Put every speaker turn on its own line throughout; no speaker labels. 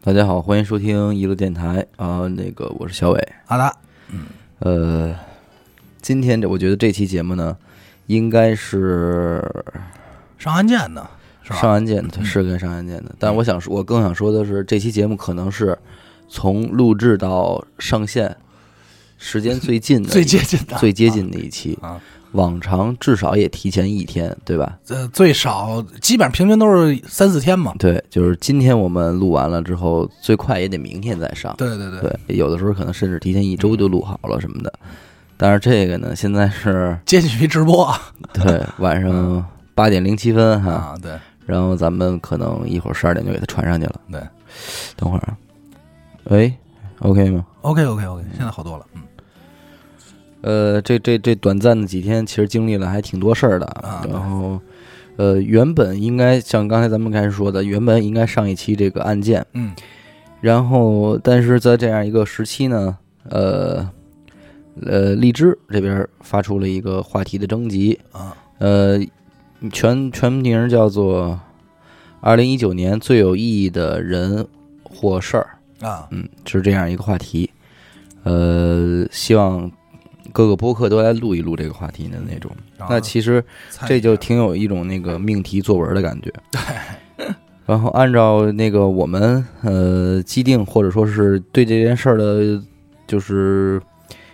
大家好，欢迎收听一路电台啊、那个我是小伟。
好的，
呃，今天这我觉得这期节目呢，应该是
上案件呢，是吧？
上案件
嗯
的，是跟上案件的。但我想说，我更想说的是，这期节目可能是从录制到上线时间最近 的一、
最接近的，
最接近的一期。
啊，
往常至少也提前一天，对吧？
呃，最少基本上平均都是三四天嘛。
对，就是今天我们录完了之后，最快也得明天再上。
对对对，
对，有的时候可能甚至提前一周就录好了什么的。但是这个呢，现在是
接近于直播啊，
对晚上八点零七分哈，
啊对
然后咱们可能一会儿十二点就给它传上去了。
对
等会儿啊，喂，OK 吗？
，OK OK OK，现在好多了，嗯
呃，这这这短暂的几天，其实经历了还挺多事儿的。
啊对
然后，呃，原本应该像刚才咱们开始说的，原本应该上一期这个案件，
嗯，
然后但是在这样一个时期呢，呃，呃，荔枝这边发出了一个话题的征集，
啊
呃，全全名叫做“二零一九年最有意义的人或事儿”。
啊，
嗯，是这样一个话题。呃，希望各个播客都来录一录这个话题的那种。
然后啊
那其实
参与
这就
一下
挺有一种那个命题作文的感觉。 对。然后按照那个我们呃既定或者说是对这件事儿的，就是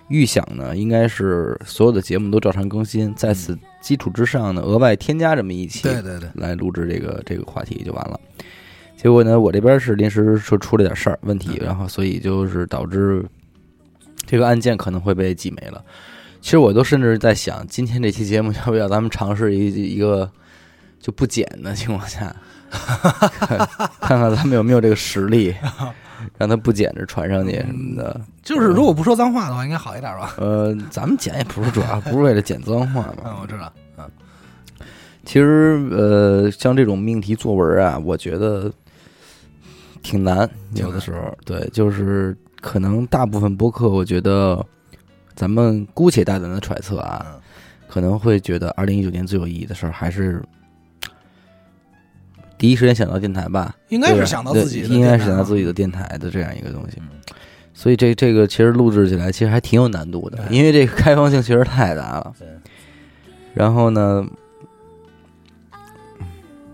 预想呢，应该是所有的节目都照常更新，在此基础之上呢，额外添加这么一期
对对对，
来录制这个这个话题就完了。结果呢，我这边是临时说出了点事儿问题，
嗯
然后所以就是导致这个案件可能会被挤没了。其实我都甚至在想，今天这期节目要不要咱们尝试一一个就不剪的情况下， 看看咱们有没有这个实 力，让他不剪着传上去什
嗯
么的。
就是如果不说脏话的话，应该好一点吧？
呃，咱们剪也不是主要，不是为了剪脏话嘛。
嗯，我知道，嗯
其实呃，像这种命题作文啊，我觉得挺难，
挺难
有的时候对，就是可能大部分播客，我觉得咱们姑且大胆的揣测啊，
嗯
可能会觉得二零一九年最有意义的事儿还是。第一时间想到电台吧，
应该
对
是
吧
想到
对
自己的
应该
电
是
台
想到
啊
自己的电台的这样一个东西，
嗯
所以这这个其实录制起来其实还挺有难度的，
对
因为这个开放性确实太大了。
对
然后呢，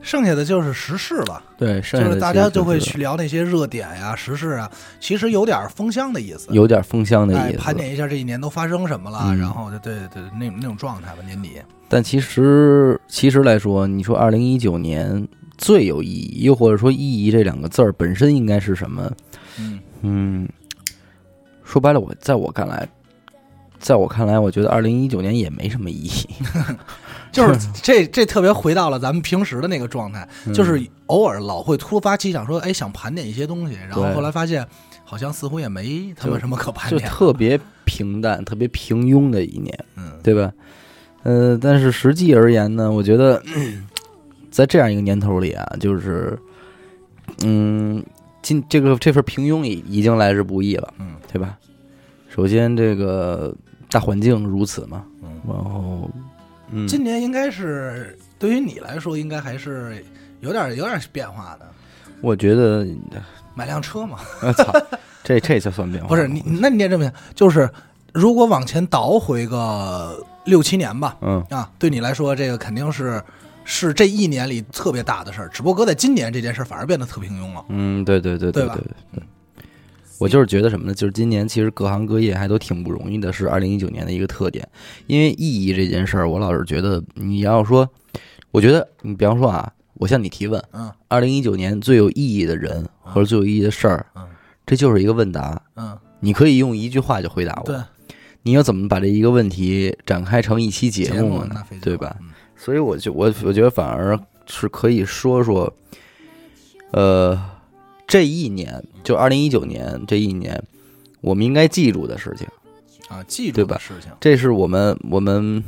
剩下的就是时事了，
对，
就
剩下的
是大
其实
家就会
是
去聊那些热点呀、时事啊，其实有点风箱的意思，
有点风箱的
哎，
意思。
盘点一下这一年都发生什么了，
嗯
然后就对对对那那种状态吧，年底
但其实其实来说，你说二零一九年最有意义，又或者说“意义”这两个字儿本身应该是什么？
嗯
嗯，说白了，我在我看来，在我看来，我觉得二零一九年也没什么意义。
就是这这特别回到了咱们平时的那个状态，
嗯
就是偶尔老会突发奇想说，哎，想盘点一些东西，然后
对
后来发现好像似乎也没他
就
们什么可盘
就
点，
特别平淡、特别平庸的一年，
嗯
对吧？呃，但是实际而言呢，我觉得嗯在这样一个年头里啊，就是嗯，今这个这份平庸已已经来之不易了。
嗯
对吧？首先，这个大环境如此嘛，
嗯，
然后，嗯，
今年应该是对于你来说应该还是有点有点变化的，
我觉得，
买辆车嘛，
我、操，这这就算变化？
不是你，那你也这么想，就是如果往前倒回个六七年吧，
嗯，
啊，对你来说，这个肯定是是这一年里特别大的事儿。只不过在今年这件事儿反而变得特平庸了。
嗯，对对对
对
对
吧嗯
对。我就是觉得什么呢？就是今年其实各行各业还都挺不容易的，是二零一九年的一个特点。因为意义这件事儿，我老是觉得你要说，我觉得你比方说啊，我向你提问，
嗯
二零一九年最有意义的人或者最有意义的事儿，
嗯
这就是一个问答，
嗯，
你可以用一句话就回答啊我。
对，
你要怎么把这一个问题展开成一期节
节
目
那
呢？
非常
对吧？？
嗯
所以我就我我觉得反而是可以说说，呃，这一年就二零一九年这一年，我们应该记住的事情，
啊，记住
对
的
吧
事情，
这是我们我们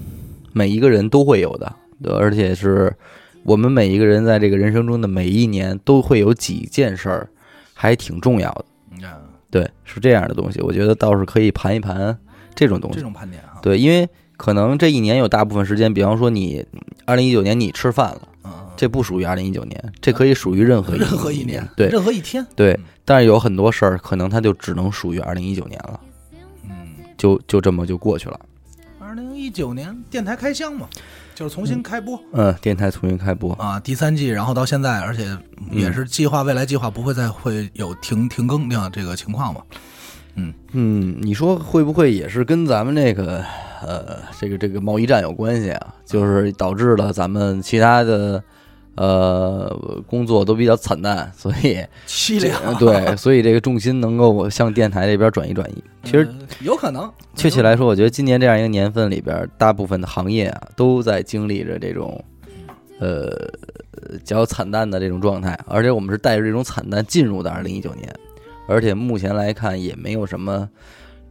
每一个人都会有的，对而且是我们每一个人在这个人生中的每一年都会有几件事儿，还挺重要的。
嗯，
对，是这样的东西，我觉得倒是可以盘一盘这种东西
这。种盘点啊，
对，因为可能这一年有大部分时间，比方说你二零一九年你吃饭了，
嗯，
这不属于二零一九年，这可以属于任何一
任何
一
一年，
对
任何嗯一天，
对。但是有很多事儿，可能它就只能属于二零一九年了，
嗯，
就就这么就过去了。
二零一九年电台开箱嘛，就是重新开播
嗯，电台重新开播，
啊，第三季，然后到现在，而且
嗯
也是计划未来计划不会再会有停停更的这个情况嘛，
嗯，你说会不会也是跟咱们这个呃这个这个贸易战有关系啊？就是导致了咱们其他的呃工作都比较惨淡，所以
凄凉，
对，所以这个重心能够向电台这边转移转移。其实
呃有可能，
确切来说，我觉得今年这样一个年份里边，大部分的行业啊都在经历着这种呃较惨淡的这种状态，而且我们是带着这种惨淡进入的二零一九年，而且目前来看也没有什么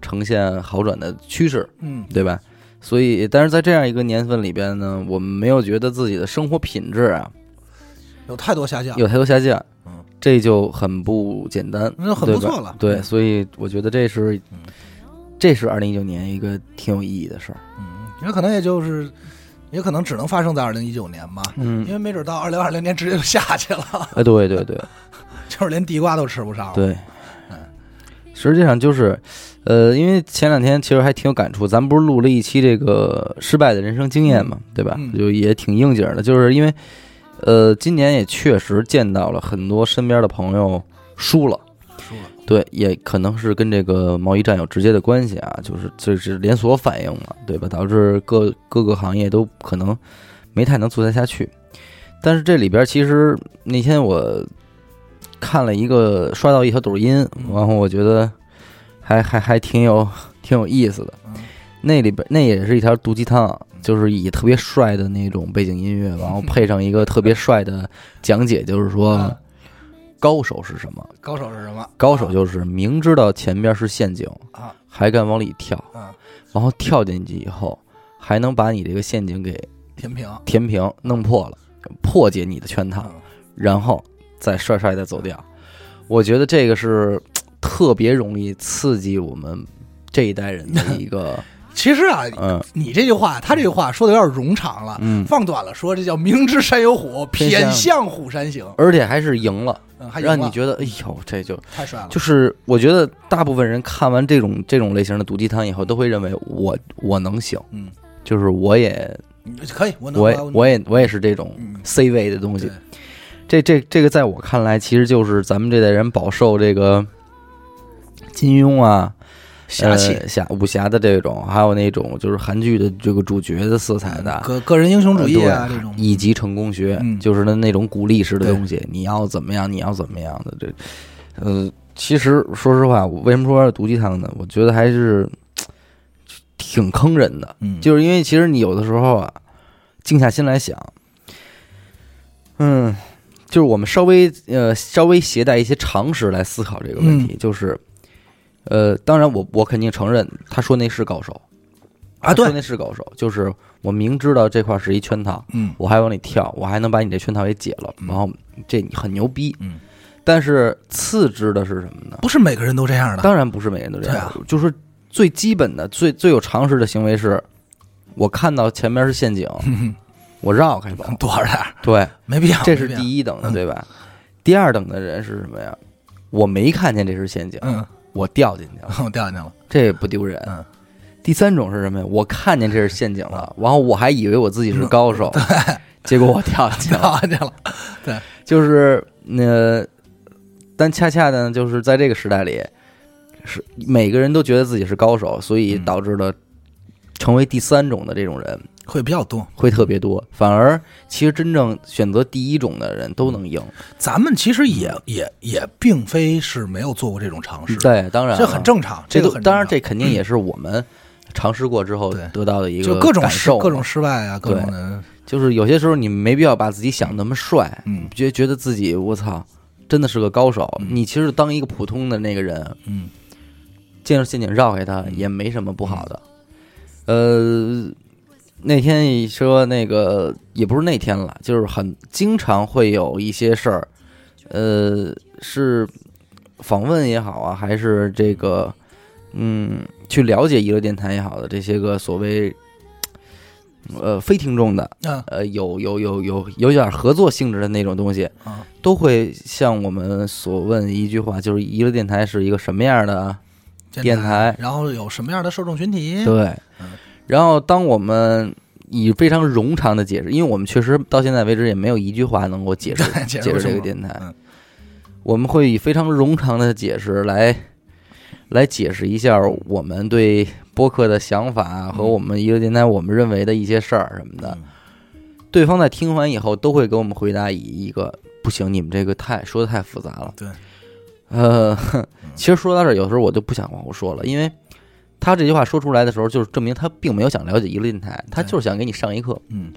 呈现好转的趋势，
嗯，
对吧？所以，但是在这样一个年份里边呢，我们没有觉得自己的生活品质啊
有太多下降，
有太多下降
嗯，
这就很不简单，
那很
对
不
吧
错了，
对，所以我觉得这是
嗯，
这是二零一九年一个挺有意义的事儿。
嗯，也可能也就是，也可能只能发生在二零一九年吧。因
嗯，
为没准到二零二零年直接就下去了，
哎，对对对
就是连地瓜都吃不上了。，
对
嗯，
实际上就是，呃，因为前两天其实还挺有感触，咱们不是录了一期这个失败的人生经验嘛，对吧？
嗯
就也挺应景的，就是因为，呃，今年也确实见到了很多身边的朋友输了。
输了。
对，也可能是跟这个贸易战有直接的关系啊，就是这是连锁反应嘛，对吧？导致各各个行业都可能没太能做得下去。但是这里边其实那天我看了一个刷到一条抖音，然后我觉得还还还挺有挺有意思的。
嗯
那里边那也是一条毒鸡汤，就是以特别帅的那种背景音乐，然后配上一个特别帅的讲解，就是说
啊
高手是什么。
高手是什么？
高手就是明知道前边是陷阱，
啊
还敢往里跳，
啊，
然后跳进去以后，还能把你这个陷阱给
天平。
填平、弄破了，破解你的圈套，
嗯
然后再帅帅的走掉。我觉得这个是特别容易刺激我们这一代人的一个，
其实啊，
嗯
你这句话，他这句话说的有点冗长了，
嗯，
放短了说，这叫明知山有虎，
偏
偏
向
向虎山行。
而且还是赢了，
嗯，还赢
让你
了
觉得哎呦，这就
太帅了。
就是我觉得大部分人看完这种这种类型的毒鸡汤以后，都会认为我我能行，
嗯，
就是我也
可以，我能，
我也
能
我也我也是这种
嗯
C 位的东西
对。
这这这个在我看来，其实就是咱们这代人饱受这个金庸啊、
侠气。
呃、侠武侠的这种，还有那种就是韩剧的这个主角的色彩的。
嗯个个人英雄主义啊，
呃呃对
这种
以及成功学，
嗯
就是那那种鼓励式的东西，你要怎么样，你要怎么样的这，呃，其实说实话，我为什么说毒鸡汤呢？我觉得还是嘖挺坑人的，
嗯，
就是因为其实你有的时候啊，静下心来想，嗯，就是我们稍微呃稍微携带一些常识来思考这个问题，
嗯
就是呃，当然我我肯定承认他说那是高手
啊，
他说
对，
那是高手，就是我明知道这块是一圈套，
嗯
我还往里跳，我还能把你这圈套给解了，
嗯
然后这很牛逼。
嗯，
但是次之的是什么呢？
不是每个人都这样的。
当然不是每个人都这样，
对啊
就是最基本的、最最有常识的行为是，我看到前面是陷阱，
嗯
我绕开 走。
躲着点儿，
对，
没必要。
这是
没必要
第一等的，
嗯
对吧？第二等的人是什么呀？我没看见这是陷阱，
嗯，
我掉进去了，
我掉进去了。
这也不丢人。
嗯
第三种是什么呀？我看见这是陷阱了，然后我还以为我自己
嗯
是高 手，结果我掉进去了。
掉进去了，
就是呃，但恰恰呢，就是在这个时代里，是每个人都觉得自己是高手，所以
嗯
导致了成为第三种的这种人
会比较多。
会特别多。反而，其实真正选择第一种的人都能赢。
咱们其实也也也并非是没有做过这种尝试，
对，当然
这很
了，
正常。
这
这
都
个很正常
当然这肯定也是我们尝试过之后
对
得到的一个
就各种
感
失
受嘛，
各种失败啊，各
对
种的，
就是有些时候你没必要把自己想那么帅，
嗯
觉觉得自己我操真的是个高手。
嗯
你其实当一个普通的那个人，
嗯
见着陷阱绕开它也没什么不好的。呃，那天一说那个也不是那天了，就是很经常会有一些事儿，呃，是访问也好啊，还是这个嗯，去了解娱乐电台也好的这些个所谓呃非听众的，
嗯
呃有有有有有点合作性质的那种东西，
啊，
都会向我们所问一句话，就是娱乐电台是一个什么样的电台？
然后有什么样的受众群体？
对
嗯，
然后当我们以非常冗长的解释，因为我们确实到现在为止也没有一句话能够解释
对， 解
解释这
清
个
楚
电台
嗯，
我们会以非常冗长的解释来来解释一下我们对播客的想法和
嗯
我们一个电台我们认为的一些事儿什么的
嗯。
对方在听完以后都会给我们回答以一个不行，你们这个太说的太复杂了。
对，
呃， 其实说到这儿，有时候我就不想往后说了，因为。他这句话说出来的时候，就是证明他并没有想了解一个电台，他
对
就是想给你上一课。
嗯，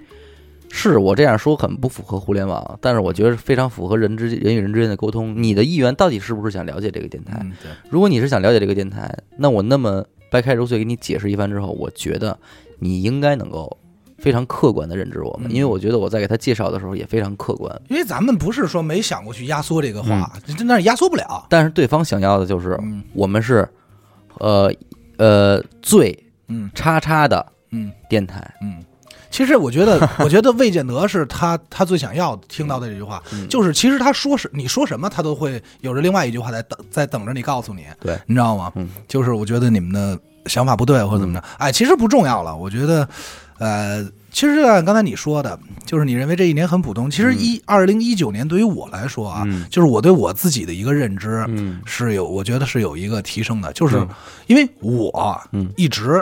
是我这样说很不符合互联网，但是我觉得非常符合人之人与人之间的沟通。你的意愿到底是不是想了解这个电台？
嗯对，
如果你是想了解这个电台，那我那么掰开揉碎给你解释一番之后，我觉得你应该能够非常客观的认知我们，
嗯
因为我觉得我在给他介绍的时候也非常客观。
因为咱们不是说没想过去压缩这个话，真那是压缩不了。
但是对方想要的嗯就是
嗯
我们是，呃呃最
嗯
叉叉的
嗯
电台，
嗯。其实我觉得， 我觉得魏建德是他他最想要听到的这句话，
嗯
就是其实他说是你说什么，他都会有着另外一句话在等在等着你告诉你，
对，
你知道吗？
嗯，
就是我觉得你们的想法不对或者怎么着，哎，其实不重要了。我觉得，呃，其实就像刚才你说的，就是你认为这一年很普通，其实一二零一九年对于我来说啊，
嗯
就是我对我自己的一个认知
嗯
是有，我觉得是有一个提升的，就是
嗯
因为我
嗯
一直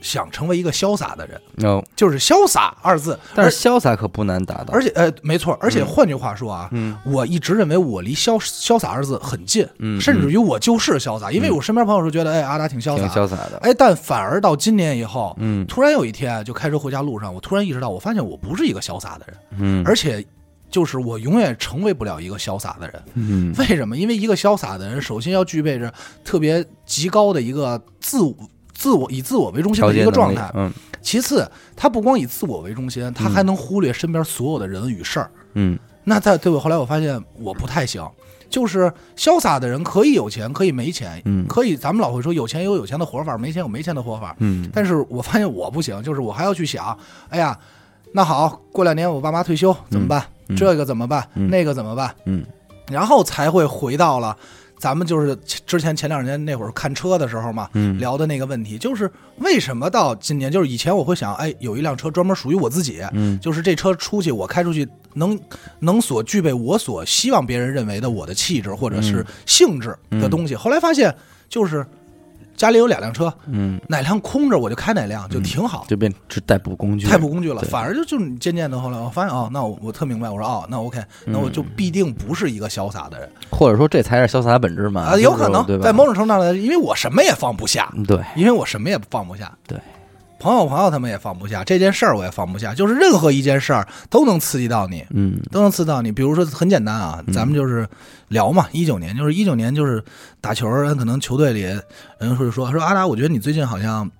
想成为一个潇洒的人，
no，
就是潇洒二字，
但是潇洒可不难达到，
哦而且呃，没错，而且换句话说啊，
嗯
我一直认为我离潇潇洒二字很近，
嗯
甚至于我就是潇洒，因为我身边朋友说觉得，哎，阿达挺潇
挺
洒，
潇洒的，
哎，但反而到今年以后，
嗯
突然有一天就开车回家路上，我突然意识到，我发现我不是一个潇洒的人，
嗯
而且就是我永远成为不了一个潇洒的人。
嗯。
为什么？因为一个潇洒的人，首先要具备着特别极高的一个自我。自我以自我为中心
调
的
节
一个
能
状
力
态，
嗯
其次，他不光以自我为中心，他还能忽略身边所有的人与事儿，
嗯
那在对我后来我发现我不太行，就是潇洒的人可以有钱，可以没钱，
嗯
可以咱们老会说有钱有有钱的活法，没钱有没钱的活法。
嗯
但是我发现我不行，就是我还要去想，哎呀，那好，过两年我爸妈退休怎么办？
嗯
这个怎么办？
嗯
那个怎么办？
嗯
然后才会回到了咱们就是之前前两年那会儿看车的时候嘛，
嗯
聊的那个问题，就是为什么到今年，就是以前我会想，哎，有一辆车专门属于我自己，
嗯
就是这车出去，我开出去能能所具备我所希望别人认为的我的气质或者
嗯
是性质的东西。后来发现，就是家里有两辆车，
嗯，
哪辆空着我就开哪辆，就挺好，
就变是代步工具，
代步工具了。
对
反而就就你渐渐的后来我发现哦，那我我特明白，我说哦，那 OK，那我就
嗯
必定不是一个潇洒的人
或者说这才是潇洒的本质嘛，
啊，
就是
有可能
对吧？
在某种程度上来说，因为我什么也放不下，
嗯对，
因为我什么也放不下。
对。
朋友，朋友，他们也放不下这件事儿，我也放不下。就是任何一件事儿都能刺激到你，
嗯
都能刺到你。比如说很简单啊，咱们就是聊嘛。一九年就是一九年就是打球，人可能球队里人会说说阿达，我觉得你最近好像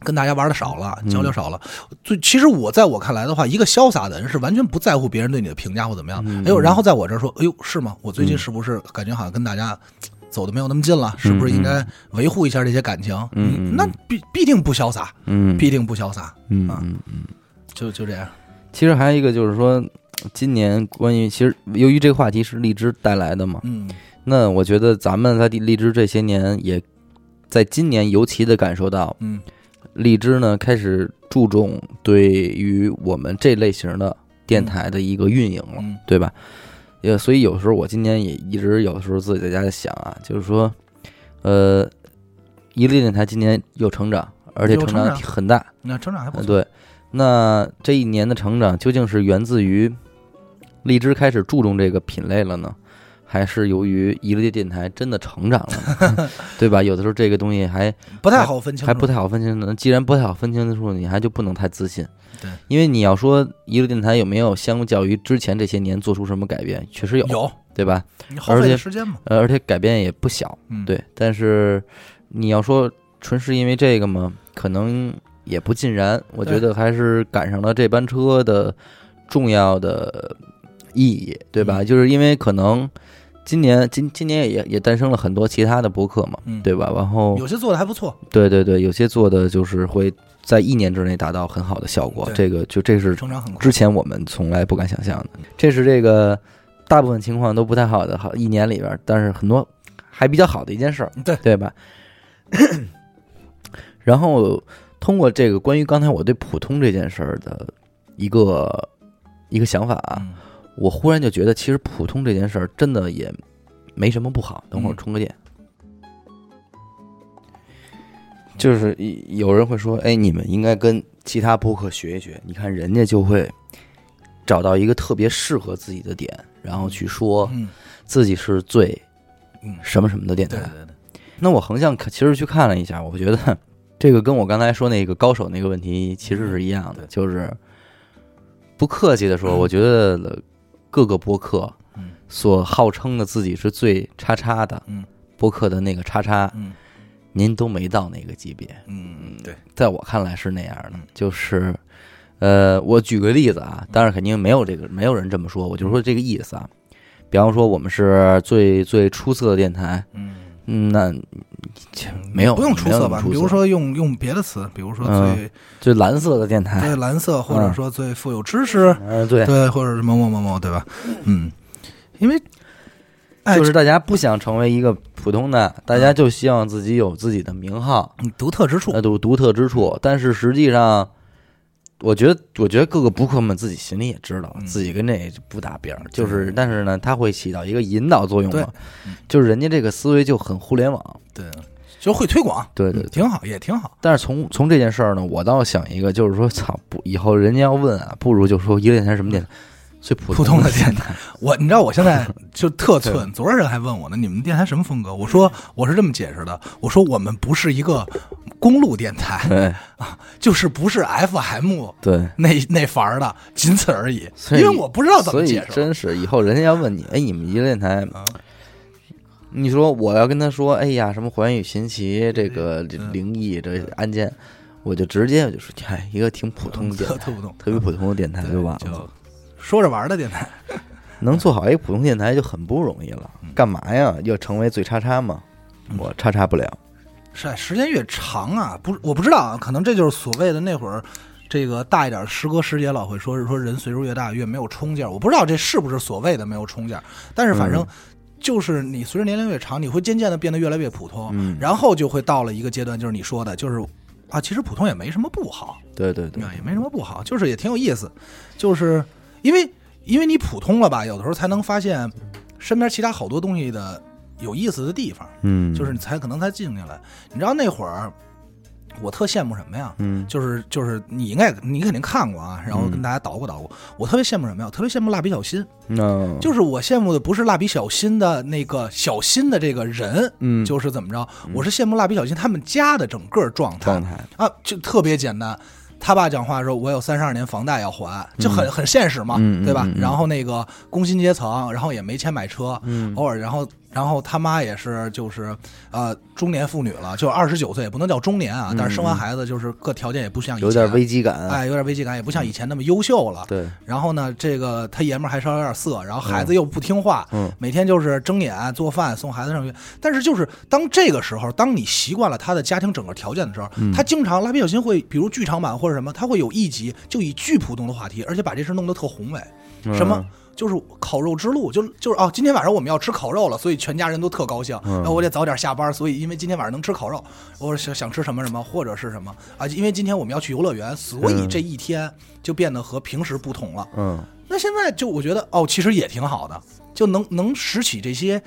跟大家玩的少了，
嗯
交流少了。最其实我在我看来的话，一个潇洒的人是完全不在乎别人对你的评价或怎么样。
嗯
哎呦，然后在我这儿说，哎呦是吗？我最近是不是感觉好像跟大家？走的没有那么近了，是不是应该维护一下这些感情？
嗯嗯
那必必定不潇洒，
嗯
必定不潇洒，
嗯
啊
嗯。
就就这样。
其实还有一个就是说，今年关于其实由于这个话题是荔枝带来的嘛，
嗯
那我觉得咱们在荔枝这些年也。在今年尤其的感受到，
嗯
荔枝呢开始注重对于我们这类型的电台的一个运营了。
嗯
对吧？呃，所以有时候我今年也一直有时候自己在家想啊，就是说，呃，一力电台今年有成长，而且
有
成
成
长
长
很大。
那成长还不
呃
错。
对，那这一年的成长究竟是源自于荔枝开始注重这个品类了呢，还是由于一力电台真的成长了 呢 对吧？有的时候这个东西还
不太好分清楚，
还不太好分清的。既然不太好分清的时候，你还就不能太自信。
对，
因为你要说一个电台有没有相较于之前这些年做出什么改变，确实有，
有，
对吧？
你耗费的时间嘛，
呃，而且改变也不小，
嗯，，
对。但是你要说纯是因为这个嘛，可能也不尽然。我觉
对
得还是赶上了这班
嗯
车的重要的意义，对吧？就是因为可能今年今今年也也诞生了很多其他的播客嘛，
嗯
对吧？然后
有些做的还不错，
对对对，有些做的就是会在一年之内达到很好的效果，
对
这个就这是
成长很快
之。前我们从来不敢想象的，这是这个大部分情况都不太好的好一年里边儿，但是很多还比较好的一件事儿，
对
对吧？ 然后通过这个关于刚才我对普通这件事儿的一个一个想法啊，
嗯
我忽然就觉得，其实普通这件事儿真的也没什么不好。等会儿
嗯
充个电。就是一有人会说，哎，你们应该跟其他播客学一学，你看人家就会找到一个特别适合自己的点，然后去说
嗯
自己是最
嗯，
什么什么的电
对
台。
对对，
那我横向看，其实去看了一下，我觉得 这个跟我刚才说那个高手那个问题其实是一样的，
对
就是不客气的说，我觉得各个播客
嗯
所号称的自己是最叉叉的
嗯
播客的那个叉叉，
嗯
您都没到那个级别，
嗯对，
在我看来是那样的
嗯，
就是。呃，我举个例子啊，当然肯定没有这个，没有人这么说，我就
嗯
说这个意思啊。比方说，我们是最最出色的电台，
嗯，
嗯，那切没有
不用出
没有那
色吧？
么出嗯
比如说用用别的词，比如说最
就蓝色的电台，
最蓝色，或者说最富有知识，
嗯，对，
对，或者是某某某某，对吧？嗯，因为哎
就是大家不想成为一个普通的，大家就希望自己有自己的名号，
嗯独特之处
那，独独特之处。但是实际上，我觉得，我觉得各个播客们自己心里也知道，
嗯
自己跟这不搭边儿，就是，
对
但是呢，它会起到一个引导作用
对
嘛，就是人家这个思维就很互联网，
对，就会推广，
对对对
挺好，也挺好。
但是从从这件事儿呢，我倒想一个，就是说，操，不，以后人家要问啊，不如就说一个电台是什么电台，最普
嗯普通
的
的电
台，
我你知道我 现在就特寸，昨儿人还问我呢，你们电台什么风格？我说
嗯
我是这么解释的，我说我们不是一个公路电台，
对
就是不是 FM
对。
那那法儿的，仅此而已。
所
因
以
为我不知道怎
所
么
以
解释。
真是，以后人家要问你，哎，你们一个电台
啊，
你说我要跟他说，哎呀，什么环宇寻奇，这个
嗯
灵异，这案件，我就直接我就说，哎，一个挺普通的电
特
台，
特不懂，
特别普通的电台
嗯对
就完了。
就说着玩儿的电台，
能做好一个普通电台就很不容易了，
嗯
干嘛呀？要成为最叉叉吗？我叉叉不了。
是啊时间越长啊，不，我不知道啊，可能这就是所谓的那会儿。这个大一点，师哥师姐老会说是说人岁数越大越没有冲劲儿，我不知道这是不是所谓的没有冲劲儿，但是反正就是你随着年龄越长，你会渐渐的变得越来越普通，
嗯
然后就会到了一个阶段，就是你说的，就是啊，其实普通也没什么不好，
对对对
啊，也没什么不好，就是也挺有意思，就是因为因为你普通了吧，有的时候才能发现身边其他好多东西的有意思的地方，
嗯，
就是你才可能才静下来。你知道那会儿我特羡慕什么呀？
嗯
就是就是你应该你肯定看过啊，然后跟大家捣鼓捣鼓。我特别羡慕什么呀？我特别羡慕蜡笔小新，
嗯那
就是我羡慕的不是蜡笔小新的那个小新的这个人，
嗯
就是怎么着，我是羡慕蜡笔小新他们家的整个状态
状态，
啊，就特别简单。他爸讲话说：“我有三十二年房贷要还，就很、很现实嘛，
嗯嗯
对吧？
嗯嗯
然后那个工薪阶层，然后也没钱买车，
嗯
偶尔，然后然后他妈也是就是呃中年妇女了，就二十九岁，也不能叫中年啊，但是生完孩子就是各条件也不像以
嗯
前，
有点危机感。
哎，有点危机感，也不像以前那么优秀了。
对，
然后呢，这个他爷们儿还稍微有点色，然后孩子又不听话，
嗯
每天就是睁眼做饭送孩子上学。但是就是当这个时候，当你习惯了他的家庭整个条件的时候，
嗯
他经常蜡笔小新会，比如剧场版或者什么，他会有一集就以巨普通的话题，而且把这事弄得特宏伟，
嗯
什么。就是烤肉之路，就就是哦，今天晚上我们要吃烤肉了，所以全家人都特高兴。
嗯
然后我得早点下班，所以因为今天晚上能吃烤肉，我想想吃什么什么或者是什么啊，因为今天我们要去游乐园，所以这一天就变得和平时不同了。
嗯，
那现在就我觉得哦，其实也挺好的，就能能拾起这些，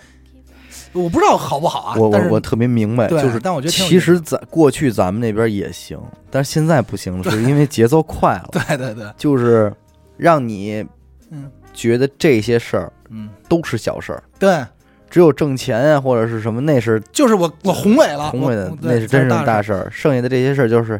我不知道好不好啊。
我
但
我
是
我特别明白，
对
就是
但我觉得挺有
其
意思
实咱过去咱们那边也行，但是现在不行了，是因为节奏快了，
对对对，
就是让你
嗯
觉得这些事儿
嗯，
都是小事儿，
对，
只有挣钱啊或者是什么那是
就是我我宏伟了，
宏伟的
啊我，我对
那是真正
才
的
大
大
事。
事儿，剩下的这些事儿就是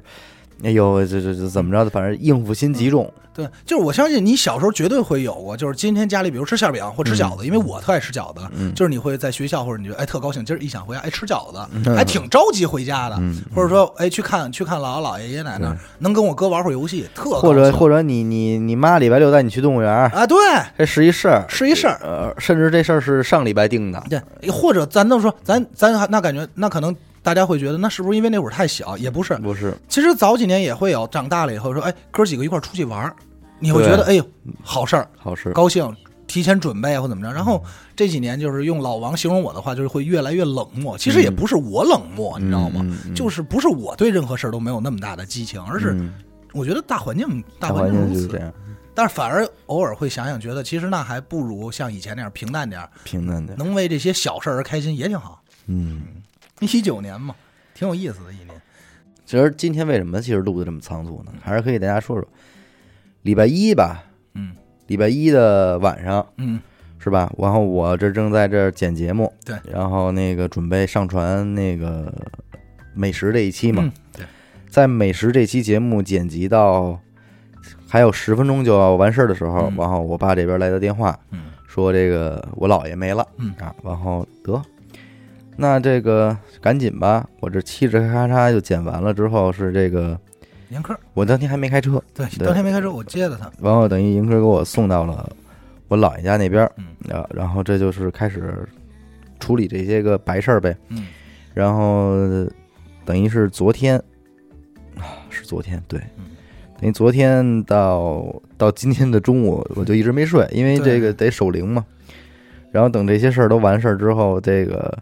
哎呦，这这这怎么着？反正应付心
嗯
极重，
对，就是我相信你小时候绝对会有过，就是今天家里比如吃馅儿饼或吃饺子，因为我特爱吃饺子，
嗯
就是你会在学校或者你觉得哎特高兴，今儿一想回家哎吃饺子，
嗯
还挺着急回家的，
嗯
或者说哎去看去看姥姥姥爷爷爷奶奶那儿，能跟我哥玩会儿游戏，特高兴
或者或者你你你妈礼拜六带你去动物园儿，
啊对
这是一事儿，
是一事儿，
呃，甚至这事儿是上礼拜定的，
对，或者咱都说咱咱还那感觉那可能大家会觉得那是不是因为那会儿太小？也不是，
不是？
其实早几年也会有，长大了以后说哎哥几个一块儿出去玩儿，你会觉得哎呦好事儿，
好事，
高兴，提前准备或怎么着。然后这几年就是用老王形容我的话，就是会越来越冷漠。其实也不是我冷漠，你知道吗？
嗯嗯嗯
就是不是我对任何事儿都没有那么大的激情，而是
嗯
我觉得大环境大
大
环
环境
境如
就是
此。
这样，
但是反而偶尔会想想，觉得其实那还不如像以前那样平淡点儿，
平淡点，
能为这些小事儿而开心也挺好。
嗯。
一九年嘛，挺有意思的一年。
其实今天为什么其实录的这么仓促呢？还是可以给大家说说，礼拜一吧，
嗯
礼拜一的晚上
嗯
是吧？然后我这正在这儿剪节目，
对
然后那个准备上传那个美食这一期嘛，
嗯，对，
在美食这期节目剪辑到还有十分钟就要完事儿的时候，
嗯
然后我爸这边来的电话
嗯
说这个我姥爷没了，
嗯
啊，然后得。那这个赶紧吧，我这嘁哧咔嚓就剪完了之后是这个，
严科，
我当天还没开车，
对，
对
当天没开车，我接的他。
然后等于迎哥给我送到了我姥爷家那边儿，
嗯
啊，然后这就是开始处理这些个白事儿呗，
嗯
然后呃等于是昨天啊，是昨天对
嗯，
等于昨天到到今天的中午我就一直没睡，因为这
对
个得守灵嘛，然后等这些事儿都完事儿之后，这个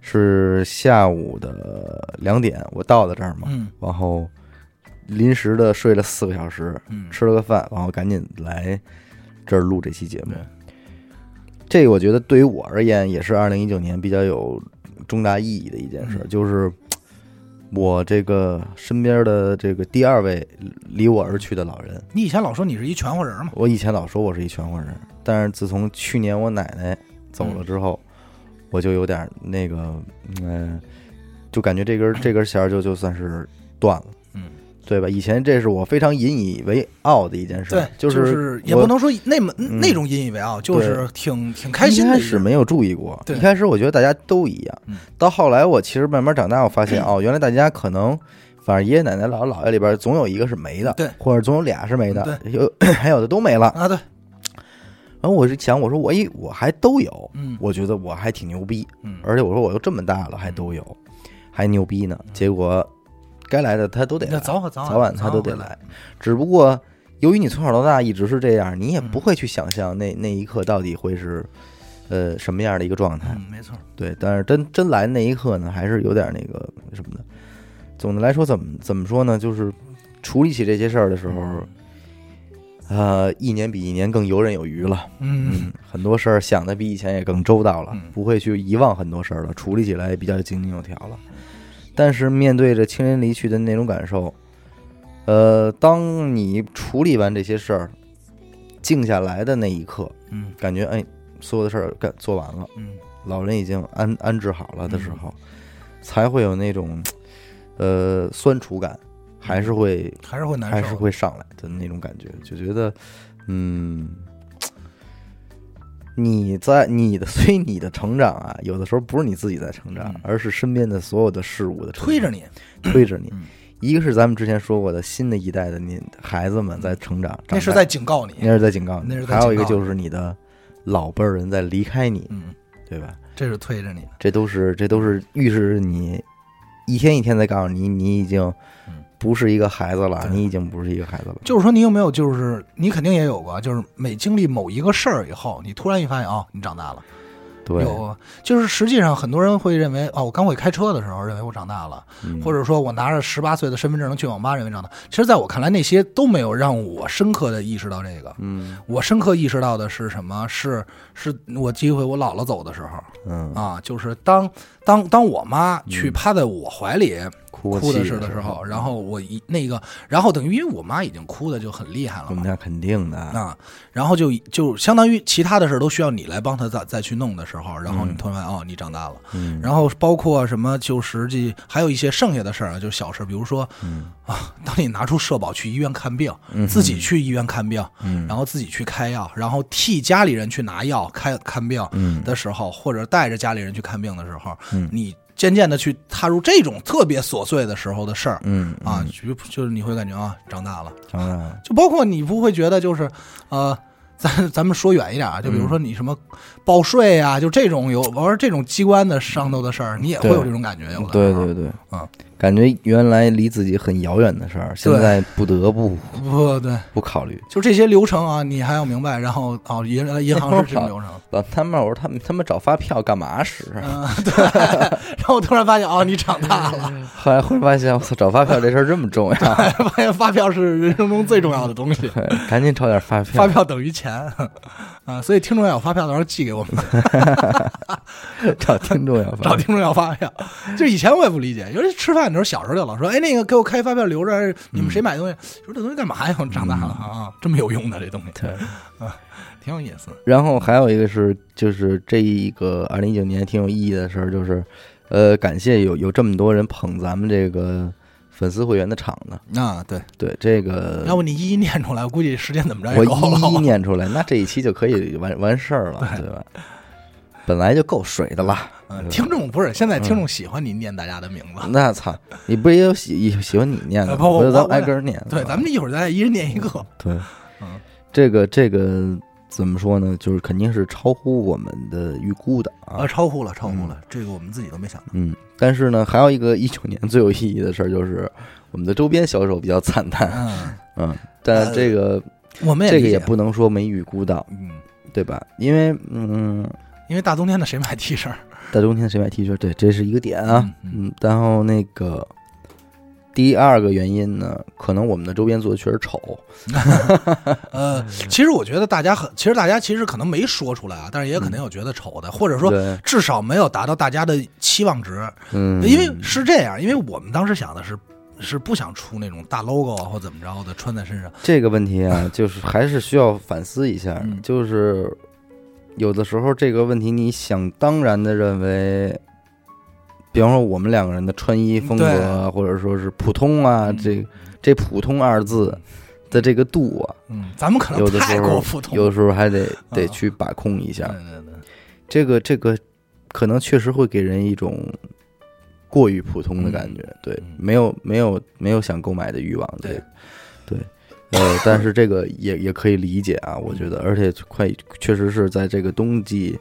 是下午的两点我到的这儿嘛，
嗯
然后临时的睡了四个小时，
嗯，
吃了个饭，然后赶紧来这儿录这期节目。这个我觉得对于我而言也是二零一九年比较有重大意义的一件事，
嗯
就是我这个身边的这个第二位离我而去的老人。
你以前老说你是一全乎人嘛，
我以前老说我是一全国人，但是自从去年我奶奶走
嗯
了之后，我就有点那个，嗯、就感觉这根这根弦儿就就算是断了。
嗯，
对吧？以前这是我非常引以为傲的一件事
对，，、
就是是
也
我
不能说那么、
嗯
那种引以为傲，就是挺挺开
一
心的
开
一
始
事。
没有注意过，
对
一开始我觉得大家都一样
嗯，
到后来我其实慢慢长大，我发 现哦，原来大家可能。反正爷爷奶奶、姥姥姥爷里边总有一个是没的，
对
或者总有俩是没的，有 还有的都没了。
啊，对，
然后我是想，我说我一我还都有，
嗯
我觉得我还挺牛逼，
嗯
而且我说我又这么大了还都有，还牛逼呢。结果该来的他都得
嗯那
来，
早晚早
早晚他都得来。只不过由于你从小到大一直是这样，你也
嗯
不会去想象那那一刻到底会是呃什么样的一个状态。
嗯，没错，
对，但是真真来那一刻呢，还是有点那个什么的。总的来说，怎么怎么说呢？就是处理起这些事儿的时候，
嗯
呃，一年比一年更游刃有余了。
嗯
嗯，很多事儿想的比以前也更周到了
嗯，
不会去遗忘很多事儿了，处理起来也比较井井有条了。但是面对着亲人离去的那种感受，呃，当你处理完这些事儿，静下来的那一刻，
嗯
感觉哎，所有的事儿干做完了，
嗯
老人已经安安置好了的时候，才会有那种呃酸楚感，还是会
还是会难受
还
的，
是会上来的那种感觉，就觉得，嗯，你在你的， 所以你的成长啊，有的时候不是你自己在成长
嗯，
而是身边的所有的事物的成
推着
长
你。
推着你
嗯。
一个是咱们之前说过的，新的一代的你孩子们在成长，
那是
长大
在警告你。
那是在警告你
那是，在
还有一
警
个
告
就是你的老辈儿人在离开你，
嗯，
对吧？
这是推着你。
这都是这都是预示着你一天一天在告诉你，你已经
嗯
不是一个孩子了，
对
你已经不是一个孩子了。
就是说，你有没有就是你肯定也有过，就是每经历某一个事儿以后，你突然一发现啊、你长大了。
对，
有过，就是实际上很多人会认为啊、我刚会开车的时候认为我长大了，
嗯
或者说我拿着十八岁的身份证能去网吧认为长大。其实，在我看来，那些都没有让我深刻的意识到这个。
嗯
我深刻意识到的是什么？是是我机会我姥姥走的时候
嗯
啊，就是当当当我妈去趴在我怀里，
哭过
哭
泣
的是的时候，然后我一那个，然后等于因为我妈已经哭的就很厉害了
我
嘛
们，家肯定的，
啊，然后就就相当于其他的事儿都需要你来帮他再再去弄的时候，然后你突然发现、哦，你长大了，
嗯，
然后包括什么就实际还有一些剩下的事儿啊，就是小事儿，比如说、
嗯
啊，当你拿出社保去医院看病，
嗯
自己去医院看病，
嗯
然后自己去开药，然后替家里人去拿药开看病
嗯
的时候，或者带着家里人去看病的时候，
嗯
你渐渐的去踏入这种特别琐碎的时候的事儿。
嗯
啊，就就是你会感觉啊，长大了，
当然，
就包括你不会觉得就是，呃，咱咱们说远一点啊，就比如说
嗯
你什么报税啊，就这种有玩这种机关的上头的事儿，你也会
对
有这种感觉，有的
对
时候
对对，
啊，
感觉原来离自己很遥远的事儿，现
对
在不得不
不对，
不考虑。
就这些流程啊，你还要明白，然后哦，银银行是这种流程，
老他们我说他们他们找发票干嘛使？啊
嗯，对，然后我突然发现哦，你长大了，哎
后来会发现，我操，找发票这事儿这么重 要，
发现发票是人生中最重要的东西，
对赶紧找点发
发
票。
票等于钱 啊，所以听众要有发票，到时候寄给我们。
找听众要发
找
票，
听众要发 票。就以前我也不理解，尤其吃饭的时候，小时候就老说，哎，那个给我开发票留
嗯
着，你们谁买东西？说这东西干嘛呀？我长大了啊，这么有用的这东西，
对。
挺有意思的。
然后还有一个是，就是这一个二零一九年挺有意义的事儿，就是，呃，感谢有有这么多人捧咱们这个粉丝会员的场子。
啊，对，
对这个，
要不你一一念出来，我估计时间怎么着
呃我
也够了。
一一念出来，那这一期就可以完完事儿了，对吧？本来就够水的了。
嗯听众不是现在听众喜欢你念大家的名字，
那操，你不是也有喜喜欢你念的
呃
吗？
不不
回头咱
我
们挨个儿念。
对，咱们一会儿咱一人念一个。
对
嗯，
这个这个怎么说呢？就是肯定是超乎我们的预估的啊
啊，。超乎了，超乎了，这个我们自己都没想到。
嗯，但是呢，还有一个一九年最有意义的事儿，就是我们的周边销售比较惨 淡。
嗯，
嗯，但这个
我们也
这个
理解
也，不能说没预估到，
嗯，
对吧？因为嗯，
因为大冬天的谁买 T 恤儿
大冬天谁买 T 恤？对，这是一个点啊。
嗯
嗯，然后那个第二个原因呢，可能我们的周边做的确实丑。
呃，
嗯
其实我觉得大家很，其实大家其实可能没说出来啊，但是也肯定有觉得丑的，或者说
嗯对，
至少没有达到大家的期望值，
嗯，
因为是这样，因为我们当时想的是。是不想出那种大 logo 啊，或怎么着的穿在身上，
这个问题 啊，就是还是需要反思一下。
嗯
就是有的时候这个问题，你想当然的认为，比方说我们两个人的穿衣风格啊，或者说是普通啊，
嗯
这这“普通”二字的这个度啊，
嗯，咱们可能
有的
太
时
过
候
普通，
有的时候还得
啊
得去把控一
对
下。
对对，
这个这个可能确实会给人一种。过于普通的感觉，对
嗯，
没有没有没有想购买的欲望，
对
这个呃，但是这个也也可以理解啊，我觉得，
嗯
而且快确实是在这个冬季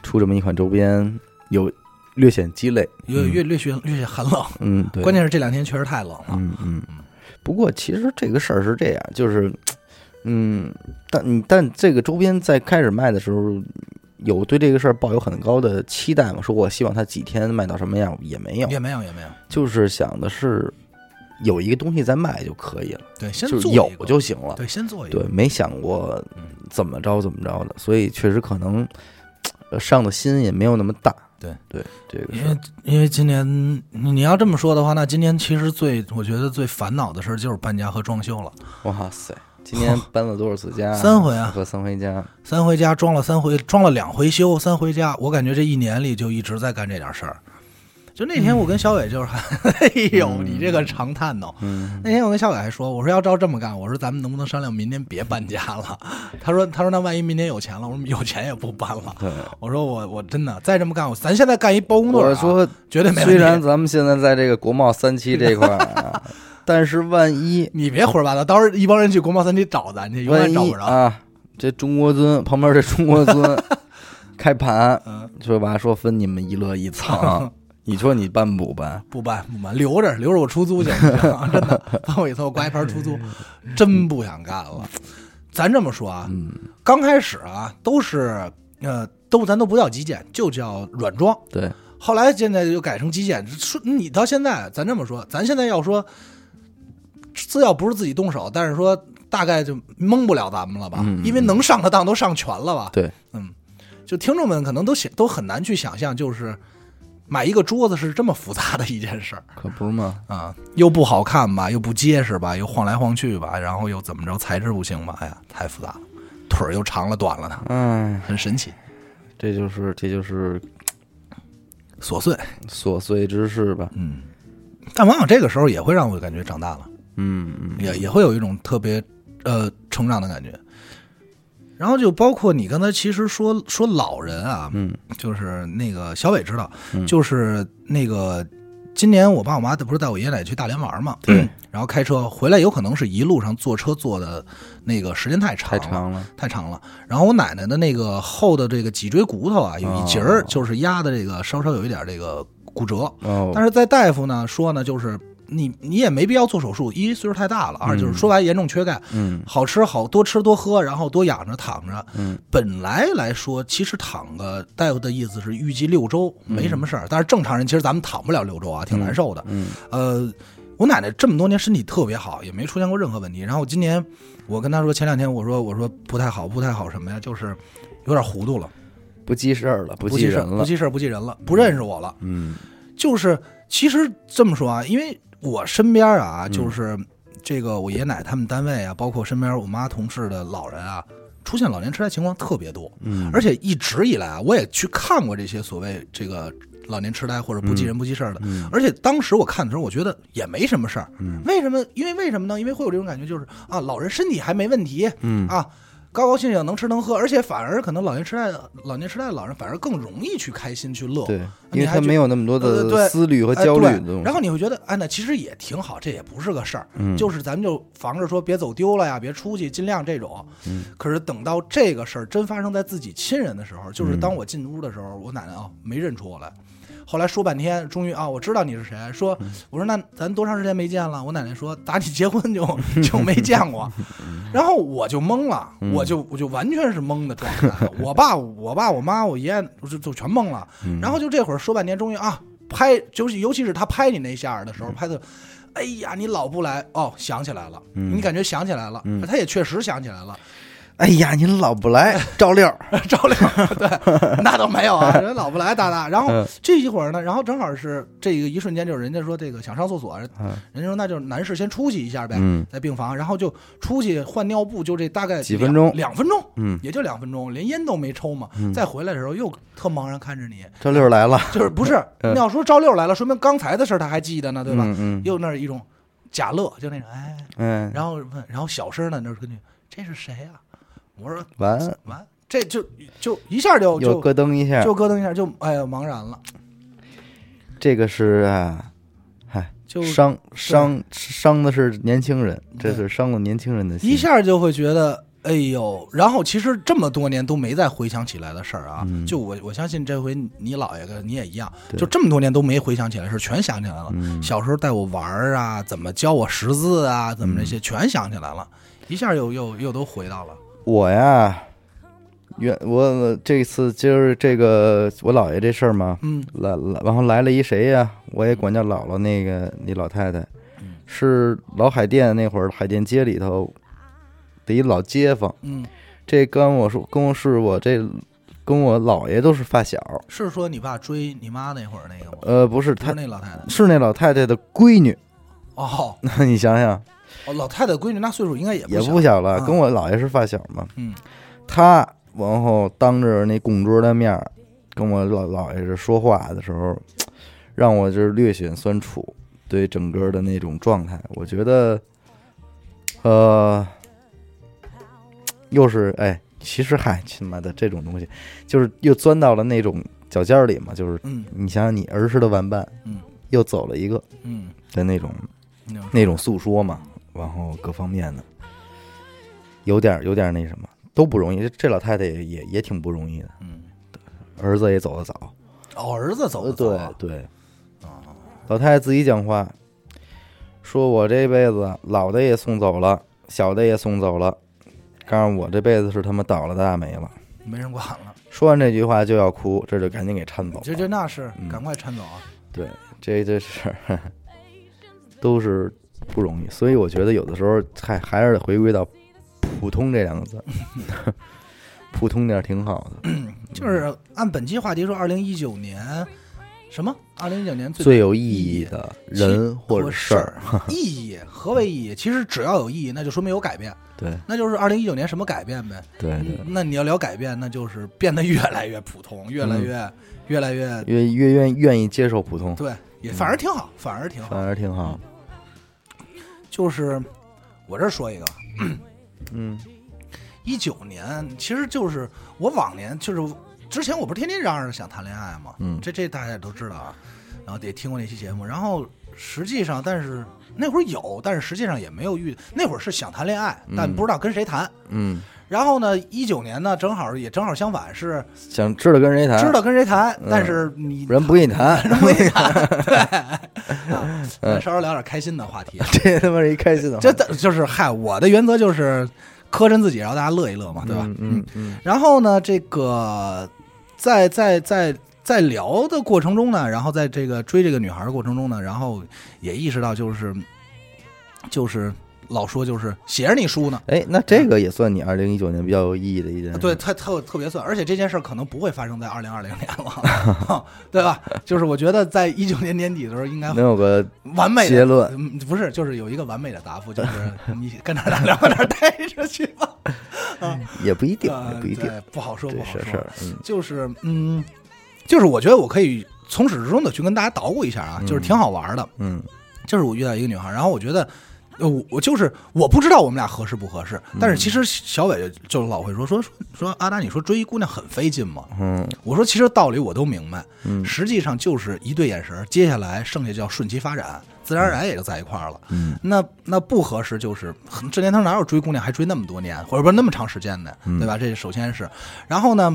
出这么一款周边，有略显鸡肋，
越越略显略显寒冷，
嗯，嗯对，
关键是这两天确实太冷了，
嗯嗯，不过其实这个事儿是这样，就是，嗯，但你但这个周边在开始卖的时候，有对这个事儿抱有很高的期待嘛？说我希望它几天卖到什么样也没有，
也没有也没有，
就是想的是有一个东西在卖就可以了，
对，先
就是
做
有
一个，
就行了。
对，先做一个，
对，没想过怎么着怎么着的，所以确实可能呃上的心也没有那么大。
对
对，这个
因
是
为因为今年你你要这么说的话，那今年其实最我觉得最烦恼的事儿就是搬家和装修了，
哇塞，今 年搬了多少次家？
三回啊
和三回家。
三回家装了三回，装了两回修，三回家。我感觉这一年里就一直在干这点事儿。就那天我跟小伟就是 还，哎呦，你这个长叹哦。
嗯，
那天我跟小伟还说，我说要照这么干，我说咱们能不能商量明年别搬家了？ 他说他说那万一明年有钱了，我说有钱也不搬了。
对。
我说我我真的再这么干，我咱现在干一包工队、啊，
我说，
绝对没
虽
问题。
然咱们现在在这个国贸三期这块儿 啊，但是万一
你别胡说八道，到时候一帮人去国贸三期找咱去，永
万
远找
一
不着。
啊，这中国尊旁边这中国 尊开盘
嗯，
说吧，说分你们一乐一 层，你说你搬不搬？
不搬不搬，留着留着我出 租去，真的，帮我以后刮一盘出租，
嗯
真不想干了。咱这么说啊，刚开始啊都是呃都咱都不叫极简，就叫软装。
对，
后来现在就改成极简，说你到现在，咱这么说，咱现在要说，只要不是自己动手，但是说大概就蒙不了咱们了吧，
嗯嗯
因为能上的当都上全了吧。
对，
嗯，就听众们可能都想都很难去想象，就是买一个桌子是这么复杂的一件事儿
可不是嘛，
啊，又不好看吧，又不结实吧，又晃来晃去吧，然后又怎么着材质不行吧，哎呀，太复杂了，腿儿又长了短了呢，
哎，
很神奇，
这就是这就是
琐碎，
琐碎之事吧，
嗯。但往往这个时候也会让我感觉长大了，
嗯嗯
也也会有一种特别呃成长的感觉。然后就包括你刚才其实说说老人啊，
嗯，
就是那个小伟知道，
嗯
就是那个今年我爸我妈不是带我爷爷奶奶去大连玩嘛，
对，
然后开车回来，有可能是一路上坐车坐的那个时间太长
太
了，
长了，
太长了。然后我奶奶的那个后的这个脊椎骨头啊，有一节儿
哦
就是压的这个稍稍有一点这个骨折，
哦，
啊但是在大夫呢说呢，就是你你也没必要做手术，一岁数太大了，二就是说白严重缺钙，
嗯
好吃好多吃多喝，然后多养着躺着。
嗯
本来来说，其实躺个大夫的意思是预计六周没什么事儿，但是正常人其实咱们躺不了六周啊，挺难受的。
嗯
呃，我奶奶这么多年身体特别好，也没出现过任何问题。然后今年我跟她说，前两天我说我说不太好，不太好什么呀？就是有点糊涂了，
哦不记事儿了，不
不
记
记事
人
儿，不
了，
记事儿，不记人了，不认识我了。
嗯
就是其实这么说啊，因为我身边啊，
嗯
就是这个我爷爷奶奶他们单位啊，包括身边我妈同事的老人啊，出现老年痴呆情况特别多，
嗯，
而且一直以来啊，我也去看过这些所谓这个老年痴呆或者不记人不记事儿的。
嗯
而且当时我看的时候，我觉得也没什么事儿。
嗯
为什么？因为为什么呢？因为会有这种感觉，就是啊，老人身体还没问题
嗯
啊，高高兴兴能吃能喝，而且反而可能老年痴呆的老年痴呆的老人反而更容易去开心去乐。
对，因
哦你
为
还
他
觉
没有那么多
呃
的
对
思虑和
哎
焦虑
对
的东西，
然后你会觉得，哎，那其实也挺好，这也不是个事儿，
嗯
就是咱们就防着说别走丢了呀，别出去，尽量这种。
嗯
可是等到这个事儿真发生在自己亲人的时候，
嗯
就是当我进屋的时候，我奶奶啊没认出我来。后来说半天，终于啊，我知道你是谁。说，
嗯
我说那咱多长时间没见了？我奶奶说，打你结婚就就没见 过。然后我就懵了，我就我就完全是懵的状态。我爸、我爸、我妈、我爷爷就就全懵了。然后就这会儿说半天，终于啊，拍就是尤其是他拍你那一下儿的时候，拍的，哎呀，你老不来哦，想起来了，你感觉想起来了，他也确实想起来了，
哎呀，您老不来，照例儿，
照 亮，对，那倒没有啊， 人老不来大大。然后
嗯
这一会儿呢，然后正好是这个一瞬间，就是人家说这个想上厕所，人家说那就是男士先出去一下呗，
嗯
在病房，然后就出去换尿布，就这大概
几
两
分钟
两分钟，
嗯，
也就两分钟，连烟都没抽嘛。再回来的时候又特茫然看着你，
照例儿来了，
就是不是？
嗯
你要说赵六来了，说明刚才的事儿他还记得呢，对吧？
嗯
又那儿一种假乐，就那种哎，
嗯，
然后问，然后小声呢，那儿跟你这是谁呀、我说
完
完，这就就一下就
又
就
咯噔一下，
就咯噔一下，就哎呀茫然了，
这个是啊，嗨，
就
伤伤伤的是年轻人，这
对
是伤了年轻人的心，
一下就会觉得。哎呦，然后其实这么多年都没再回想起来的事儿啊，
嗯
就我我相信这回你姥爷跟你也一样，
对
就这么多年都没回想起来的事儿，全想起来了。
嗯，
小时候带我玩儿啊，怎么教我识字啊，怎么这
嗯
些全想起来了，一下又又又都回到了。
我呀，原我这次今儿这个我姥爷这事儿嘛，
嗯
来来，然后来了一谁呀？我也管叫姥姥那个那老太太，
嗯
是老海淀那会儿海淀街里头的一老街坊，
嗯，
这跟我说跟我是我这跟我姥爷都是发小，
是说你爸追你妈那会儿那个吗？
呃，不是
不是
她
那老太太
是那老太太的闺女，
哦，
那你想想
哦老太太闺女那岁数应该也
也
小
不小了，
嗯
跟我姥爷是发小嘛，
嗯
他然后当着那供桌的面儿跟我老姥爷这说话的时候，让我就是略显酸楚，对整个的那种状态，我觉得，呃，又是哎，其实嗨，他妈的这种东西，就是又钻到了那种脚尖儿里嘛，就是
嗯
你想想你儿时的玩伴，
嗯，
又走了一个
嗯，
的那种
那种
那种诉说嘛，然后各方面的，有点有点那什么，都不容易。这这老太太也也也挺不容易的，
嗯，
儿子也走得早，
哦儿子走
呃
的早
对
啊
对，老太太自己讲话，说我这辈子老的也送走了，小的也送走了，告诉我这辈子是他妈倒了大霉了。
没人管了，
说完这句话就要哭，这就赶紧给搀走
这
了。
这那是
嗯
赶快搀走啊！
对，这这是都是不容易，所以我觉得有的时候还还是得回归到“普通”这两个字，普通点儿挺好的。嗯
就是按本期话题说，二零一九年什么？二零一九年最
最有意义的人或者
事
事儿，，
意义何为意义？其实只要有意义，那就说明有改变，
对
那就是二零一九年什么改变呗？
对对
嗯，那你要聊改变，那就是变得越来越普通，越来越、越来越
嗯越越愿愿意接受普通，
对，也反而挺好，反而挺
反
好。
而挺好。
就是我这儿说一个，
嗯
一九年其实就是我往年就是之前我不是天天嚷嚷着想谈恋爱嘛，
嗯
这这大家也都知道啊，然后也听过那期节目，然后实际上但是那会儿有，但是实际上也没有遇，那会儿是想谈恋爱，但
嗯
不知道跟谁谈。
嗯，
然后呢，一九年呢，正好也正好相反，是
想知道跟谁谈，
知道跟谁谈，
嗯
但是你
人不跟你谈，
不一样，对，
嗯
啊咱稍微聊点开心的话 题。
这他妈是一开心的话，
这就是嗨，我的原则就是磕碜自己，然后大家乐一乐嘛，对吧？
嗯嗯嗯
然后呢，这个在在在在聊的过程中呢，然后在这个追这个女孩的过程中呢，然后也意识到就是就是老说就是写着你输呢，
哎，那这个也算你二零一九年比较有意义的一件事，
对，特特特别算，而且这件事儿可能不会发生在二零二零年了， 对吧？就是我觉得在一九年年底的时候，应该
能有个
完美的
结论
嗯不是，就是有一个完美的答复，就是你跟着咱俩往那儿待着去吧，
也不一定，也
呃
不一定，
对不好说，
这
不好
事
说
儿事儿，嗯
就是嗯，就是我觉得我可以从始至终的去跟大家捣鼓一下啊，
嗯
就是挺好玩的。
嗯
就是我遇到一个女孩，然后我觉得。呃我我就是我不知道我们俩合适不合适，但是
嗯
其实小伟就老会说说说说阿达，你说追一姑娘很费劲吗？
嗯
我说其实道理我都明白，
嗯
实际上就是一对眼神，接下来剩下就要顺其发展，自然而然也就在一块儿了。
嗯
那那不合适就是很这年头哪有追姑娘还追那么多年，或者说那么长时间的，
嗯
对吧？这首先是，然后呢，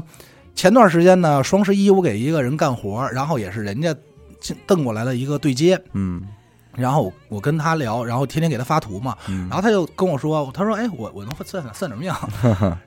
前段时间呢，双十一我给一个人干活，然后也是人家瞪过来了一个对接，
嗯
然后我我跟他聊，然后天天给他发图嘛，
嗯
然后他就跟我说，他说，哎，我我能算算什 么样？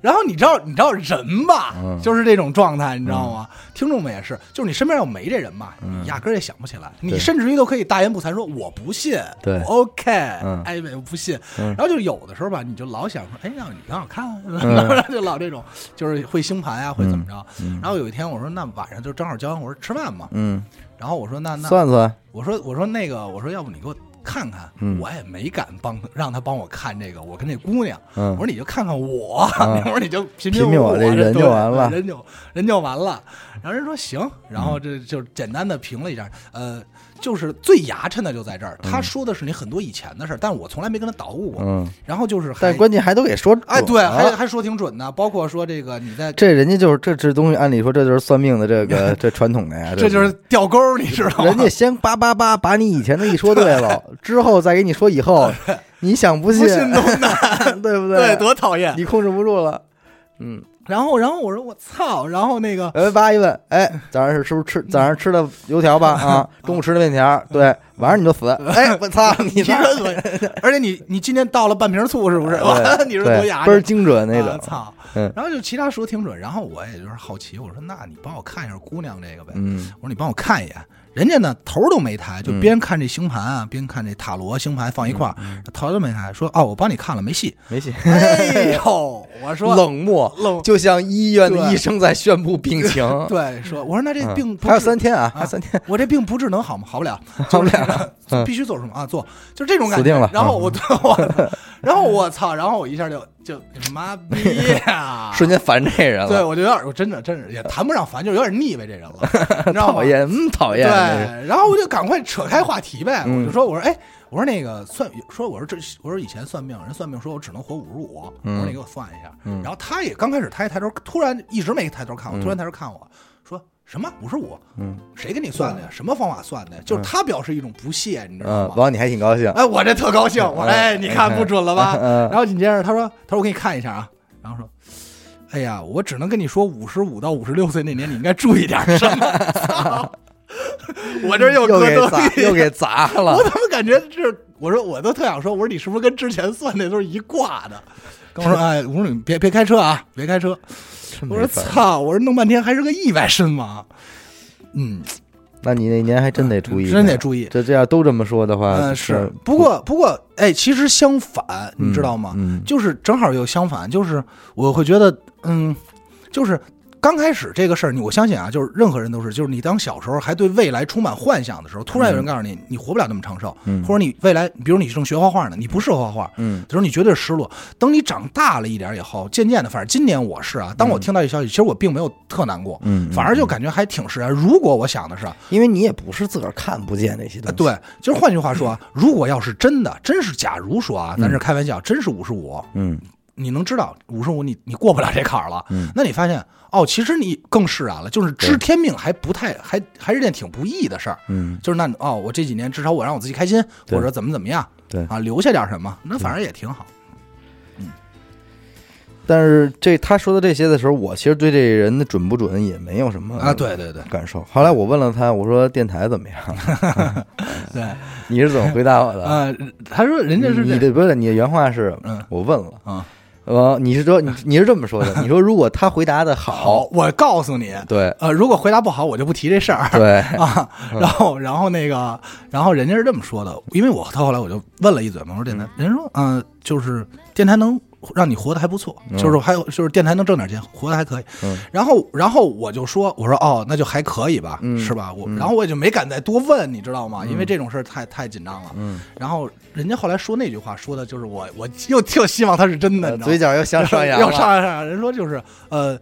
然后你知道你知道人吧，
嗯
就是这种状态，你知道吗？听众们也是，就是你身边要没这人吧，你压根儿也想不起来，
嗯
你
对
甚至于都可以大言不惭说我不信，
对
我，OK，
嗯
哎，我不信。
嗯
然后就有的时候吧，你就老想说，哎，让你让我 看看，
嗯
然后就老这种，就是会星盘啊，会怎么着
嗯嗯。
然后有一天我说，那晚上就正好交完活吃饭嘛，
嗯，
然后我说那那
算算，
我说我说那个，我说要不你给我看看，
嗯
我也没敢帮让他帮我看这个，我跟这姑娘，我
嗯
说你就看看我，
嗯
我说你就评
评
评
评我
这
这人就完了嗯
人就人就完了。然后人说行，然后这就简单的评了一下，呃，就是最牙碜的就在这儿，他说的是你很多以前的事儿，但我从来没跟他捣鼓过。
嗯，
然后就是还
但关键还都给说
哎
准
对，还
了。
还说挺准的，包括说这个你在
这人家就是这这东西，按理说这就是算命的这 个这传统的呀，
这就是吊钩儿，你知道吗？
人家先叭叭叭把你以前的一说对了，之后再给你说以 后，你想不
不
信
信都难，
对不
对，多讨厌。
你控制不住了，嗯，
然后，然后我说我操，然后那个
哎，叭一问，哎，早上是是不是吃早上吃的油条吧？啊，中午吃的面条， 对，晚上你就死，哎，我操， 你
你说恶心， 而且你你今天倒了半瓶醋是不是？
对
你说多
对
牙
倍
碜
儿精准那
啊
种，
操！
嗯
然后就其他说挺准，然后我也就是好奇，我说那你帮我看一下姑娘这个呗，
嗯
我说你帮我看一眼。人家呢头儿都没抬，就
嗯
边看这星盘啊，边看这塔罗星盘放一块儿，头儿都没抬，说哦，我帮你看了，没戏。
没戏，
哎呦，我说
冷漠，
冷
就像医院的
对
医生在宣布病 情，
对，说我说那这
嗯
病不
还有
治
三天啊，
啊
还有三天，
我这病不治能好吗？好 不了，
好不了
了，
嗯
必须做什么啊？做，就是这种感觉。
死定了！
然后我， 我，然后我操，然后我一下就就你妈逼呀
瞬间烦这人
对
了，
我就有点，我真的真是也谈不上烦，就是有点腻味这人 了，你知道吗？
讨厌，嗯，讨厌，那是
对，然后我就赶快扯开话题呗，
嗯
我就说，我说，哎，我说那个算，说我说这，我说以前算命，人算命说我只能活五十五，我
嗯
说你给我算一下。
嗯
然后他也刚开始，他也抬头，突然一直没抬头看我，突然抬头看我说什么五十五？
嗯，
谁给你算的呀？什么方法算的呀？就是他表示一种不屑，你知道
嗯
吗，？
完你还挺高兴，
哎，我这特高兴，我说
嗯
哎，你看不准了吧？
嗯
然后紧接着他说，他说我给你看一下啊，然后说，哎呀，我只能跟你说，五十五到五十六岁那年你应该注意点什么。操我这又
又
搁
给
东
砸，
西，
又给砸了
我，怎么感觉这？我说我都特想说，我说你是不是跟之前算的都是一挂的？跟我说，哎，我说你别别开车啊，别开车。
真没
我说
法儿
操，我说弄半天还是个意外身亡。嗯，
那你那年还真得注意，
真得注意。
这这样都这么说的话，
嗯，是。不过不过，哎，其实相反，你知道吗？
嗯，
就是正好又相反，就是我会觉得，嗯，就是刚开始这个事儿，你我相信啊，就是任何人都是，就是你当小时候还对未来充满幻想的时候，突然有人告诉你，你活不了那么长寿，
嗯
或者你未来，比如你正学画画呢，你不适合画画，
嗯
就是你绝对是失落。等你长大了一点以后，渐渐的，反正今年我是啊，当我听到这消息，其实我并没有特难过，
嗯，
反而就感觉还挺释然。如果我想的是，啊
因为你也不是自个儿看不见那些东
呃
西，，
对，就是换句话说啊，如果要是真的，真是假如说啊，咱是开玩笑，真是五十五，
嗯
你能知道五十五你你过不了这坎儿了，
嗯
那你发现哦，其实你更释然了，就是知天命还不太还还是件挺不易的事儿，
嗯，
就是那哦，我这几年至少我让我自己开心，
对
或者怎么怎么样，
对
啊，留下点什么，那反而也挺好，
但是这他说的这些的时候，我其实对这人的准不准也没有什么
啊，对对对
感受。后来我问了他，我说电台怎么样？ 嗯
对，
你是怎么回答我的？
呃，他说人家是
你
这
的不是你的原话是，
嗯
我问了，
嗯，
呃，你是说你你是这么说的？你说如果他回答的
好
好，，
我告诉你，
对
呃，如果回答不好，我就不提这事儿，
对，
啊，然后然后那个，然后人家是这么说的，因为我到后来我就问了一嘴嘛，我说电台，人家说，嗯、就是电台能让你活得还不错，就是还有就是电台能挣点钱，活得还可以。
嗯
然后然后我就说，我说哦，那就还可以吧，
嗯
是吧？我然后我也就没敢再多问，你知道吗？因为这种事儿太太紧张了。
嗯，
然后人家后来说那句话，说的就是我我又又希望他是真的，你知
呃
道吗
嘴角又向上扬
要
了。
上扬，人说就是呃。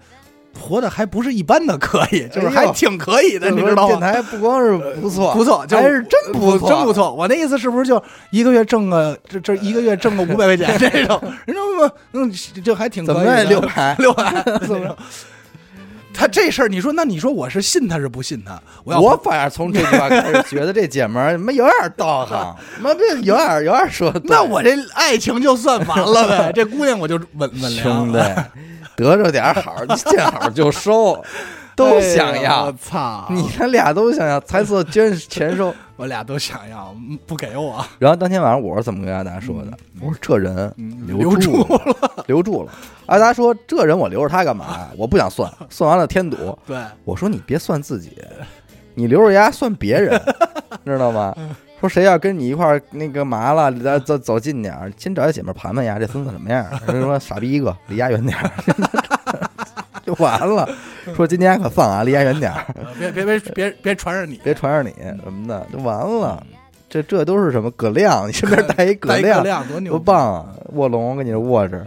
活的还不是一般的可以，就是
哎
还
呦
挺可以 的，
就是
你
说
知道吗
电？台不光是不错，
不错，就
还是真不错，
真不。错。我那意思是不是就一个月挣个这这一个月挣个五百 块钱这种？人说嗯，这还挺可
怎
以
么
的，
着也六百
六百怎么着？他这事儿，你说那你说我是信他是不信他？ 我要
我反而从这句话开始觉得这姐们儿妈有点道行，妈这有点有点说得对。
那我这爱情就算完了 呗，这姑娘我就稳稳
兄
了。
弟得着点好，见好就收， 都想
哎呦我
要。
操！
你看俩都想要，猜测捐钱收。
我俩都想要，嗯不给我，
然后当天晚上我是怎么跟阿达说的？我说这人嗯留
留住
了， 留住了。阿达说这人我留着他干嘛？ 我不想算，算完了添堵。
对，呃
我说你别算自己，你留着牙算别人， 知道吗？说谁要跟你一块儿那个嘛了，咱走走近点儿，先找一姐妹盘盘呀，这孙子什么样儿？ 人说傻逼一个，离牙远点儿， 就完了。说今天可放啊，离牙远点儿，
呃别别别别别传染你，
别传上你什么的，就完了。这这都是什么葛亮？你身边带一葛
来
亮，
亮多牛，
多棒！啊！卧龙跟你握着，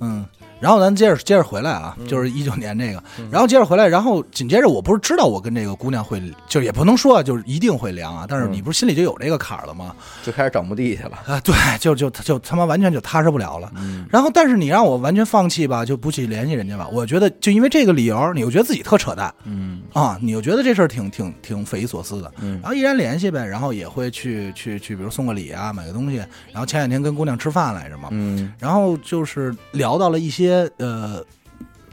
嗯，然后咱接着接着回来啊，
嗯
就是一九年这个，然后接着回来，然后紧接着我不是知道我跟这个姑娘会，就也不能说啊，就是一定会凉啊，但是
嗯
你不是心里就有这个坎儿了吗？
就开始找墓地去了。
啊，对， 就就就他妈完全就踏实不了了。
嗯
然后，但是你让我完全放弃吧，就不去联系人家吧，我觉得就因为这个理由，你又觉得自己特扯淡
嗯
啊，你又觉得这事儿挺挺挺匪夷所思的。
嗯
然后依然联系呗，然后也会去去去，比如送个礼啊，买个东西。然后前两天跟姑娘吃饭来着嘛，
嗯
然后就是聊到了一些呃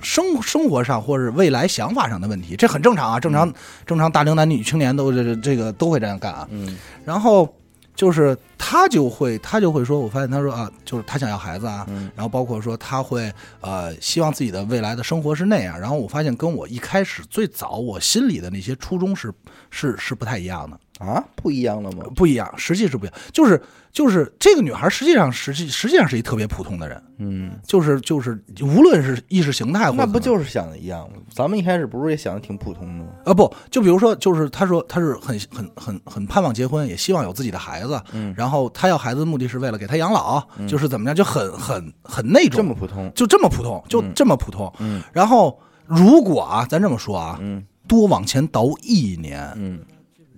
生生活上或者未来想法上的问题，这很正常啊，正
嗯
常正常大龄男女青年都这这这个都会这样干啊。
嗯
然后就是他就会他就会说，我发现他说啊，就是他想要孩子啊，
嗯
然后包括说他会呃希望自己的未来的生活是那样。然后我发现跟我一开始最早我心里的那些初衷是是是不太一样的。
啊，不一样了吗？
不一样，实际是不一样，就是就是这个女孩实际上实际实际上是一特别普通的人，
嗯。
就是就是无论是意识形态或者
那不
怎么
就
样
是想的一样吗？咱们一开始不是也想的挺普通的吗？
啊不就比如说就是她说她是很很很很盼望结婚，也希望有自己的孩子，
嗯
然后她要孩子的目的是为了给她养老，就是怎么样就很很很那
这
种
么，普通，
就这么普通，就这么普通。
嗯
然后如果啊，咱这么说啊，
嗯
多往前倒一年，
嗯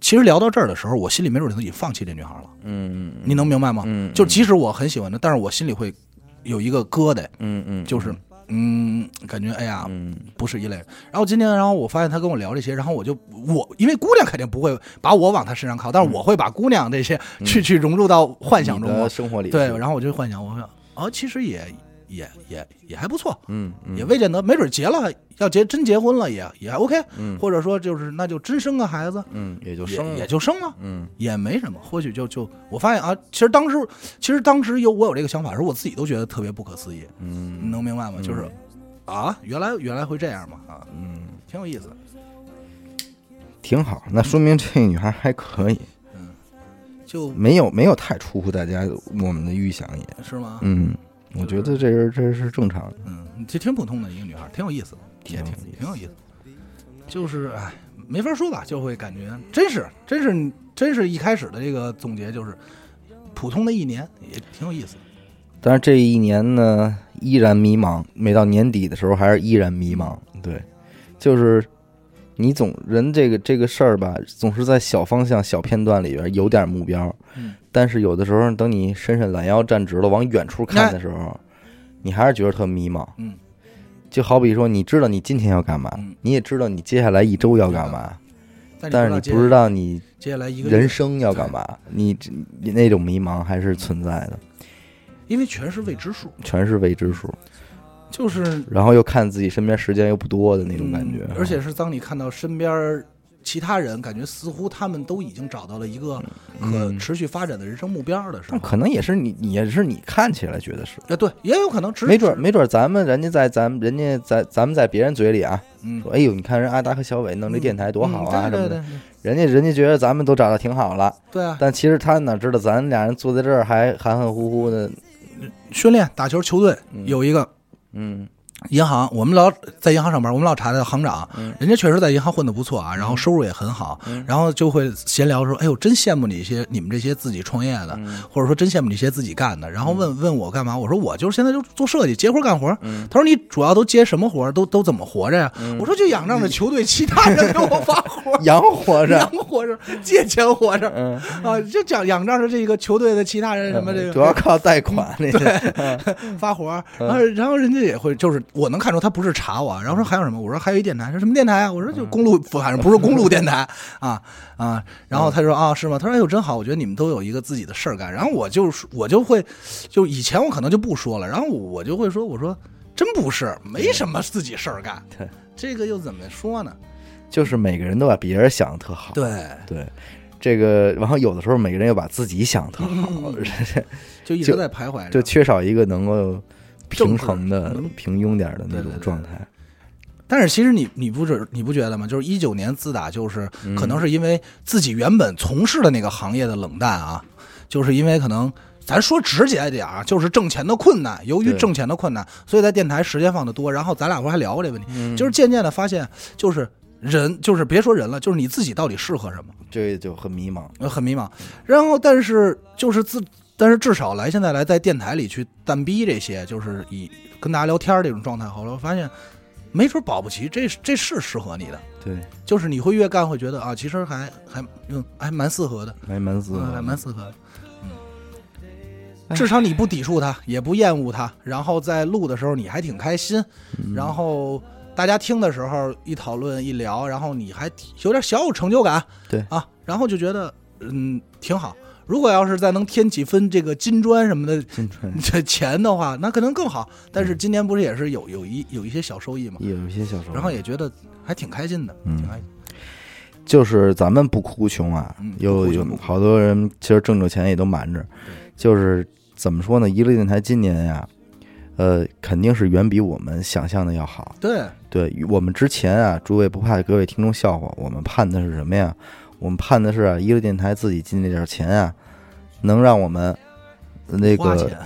其实聊到这儿的时候，我心里没准就已经放弃这女孩了。
嗯
你能明白吗？
嗯
就即使我很喜欢他，但是我心里会有一个疙瘩，
嗯嗯，
就是嗯，感觉哎呀，
嗯
不是一类人。然后今天，然后我发现他跟我聊这些，然后我就我因为姑娘肯定不会把我往他身上靠，但是我会把姑娘这些去、去融入到幻想
嗯你
中
的
嘛。
生活里
对，
是
然后我就幻想，我说哦，其实也也也也还不错。
嗯
也
嗯
未见得，没准结了，要结真结婚了也也还 OK，、
嗯
或者说就是那就真生个孩子，
嗯，也就
也
生
也
了，
就生了，
嗯
也没什么，或许就就我发现啊，其实当时其实当时有我有这个想法的时候，我自己都觉得特别不可思议，
嗯
你能明白吗？就是啊，原来原来会这样嘛啊，
嗯，
挺有意思。
挺好。那说明这女孩还可以，
就
没有没有太出乎大家我们的预想也。
是吗？
嗯，我觉得这是这是正常的。
嗯，其实挺普通的一个女孩，挺有意思的，也挺
挺有意思
挺有意思。就是哎，没法说吧，就会感觉真是真是真是一开始的这个总结就是普通的一年也挺有意思，
但是这一年呢，依然迷茫。每到年底的时候，还是依然迷茫。对，就是你总人这个这个事儿吧，总是在小方向、小片段里边有点目标，
嗯
但是有的时候，等你伸伸懒腰、站直了往远处看的时候，你还是觉得特迷茫。
嗯，
就好比说，你知道你今天要干嘛，
嗯
你也知道你接下来一周要干嘛，但是
你
你
接
不知道你
接下来一个月
人生要干嘛，你这你那种迷茫还是存在的，
因为全是未知数，
全是未知数。
就是
然后又看自己身边时间又不多的那种感觉啊
嗯，而且是当你看到身边儿其他人，感觉似乎他们都已经找到了一个可
嗯
持续发展的人生目标的时候
但，可能也是你，你也是你看起来觉得是，
啊，对，也有可能只
没准儿没准儿咱们人家在咱们人家在咱们在别人嘴里啊，
嗯，
说哎呦，你看人阿达和小伟弄这电台多好啊
嗯
什
对
么
对
的，
对
人家人家觉得咱们都找的挺好了，
对啊，
但其实他哪知道咱俩人坐在这儿还含含糊糊 的，
训练打球球队
嗯
有一个
嗯
银行，我们老在银行上班，我们老查的行长
嗯，，
人家确实在银行混得不错啊，然后收入也很好，然后就会闲聊说，哎呦，真羡慕你一些你们这些自己创业的，或者说真羡慕你一些自己干的，然后问问我干嘛，我说我就是现在就做设计，接活干活。他说你主要都接什么活儿，都都怎么活着呀？我说就仰仗着球队其他人给我发活 儿
养活着
养，活着，借钱活着
嗯，
啊，就讲仰仗着这个球队的其他人什么这 个
主要靠贷款 那些，
发活儿，然后然后人家也会，就是我能看出他不是查我啊，然后说还有什么，我说还有一电台，说什么电台啊？我说就公路，反正不是公 路电台啊啊。然后他说啊是吗？他说哎呦真好，我觉得你们都有一个自己的事儿干。然后我就我就会，就以前我可能就不说了，然后我就会说我说真不是，没什么自己事儿干
对，
这个又怎么说呢？
就是每个人都把别人想的特好，
对，
对，这个，然后有的时候每个人又把自己想得特
嗯
好，
就一直在徘徊着，
就缺少一个能够平衡的
正、
平庸点的那
对对
种
对
状态。
但是其实你你不是你不觉得吗？就是一九年自打就是可能是因为自己原本从事的那个行业的冷淡啊，就是因为可能咱说直接一点啊，就是挣钱的困难，由于
对
挣钱的困难，所以在电台时间放的多，然后咱俩不是还聊过这问题，就是渐渐的发现就是。人就是别说人了，就是你自己到底适合什么，
这就很迷茫。
呃很迷茫。然后，但是就是自，但是至少来现在来在电台里去蛋逼这些，就是以跟大家聊天儿这种状态，后来我发现，没准保不齐这这是适合你的，
对，
就是你会越干会觉得啊，其实还还嗯还蛮适合的，
还蛮自
嗯还
豪
蛮适合的，嗯，
哎
至少你不抵触它，也不厌恶它，然后在录的时候你还挺开心，
嗯
然后大家听的时候一讨论一聊，然后你还挺有点小有成就感，
对
啊，然后就觉得嗯挺好。如果要是再能添几分这个金砖什么的
进春
这 钱的话，那可能更好。但
嗯
是今年不是也是有有一有一些小收益嘛，
也有一些小时候，
然后也觉得还挺开心的，
嗯
挺开心。
就是咱们不哭穷啊
嗯，不
有
哭穷
有
不哭穷
好多人其实挣着钱也都瞒着，就是怎么说呢？一乐电台今年呀。呃，肯定是远比我们想象的要好。
对，
对我们之前啊，诸位不怕各位听众笑话，我们盼的是什么呀？我们盼的是啊，一乐电台自己进这点钱啊，能让我们呃那
花
个
钱，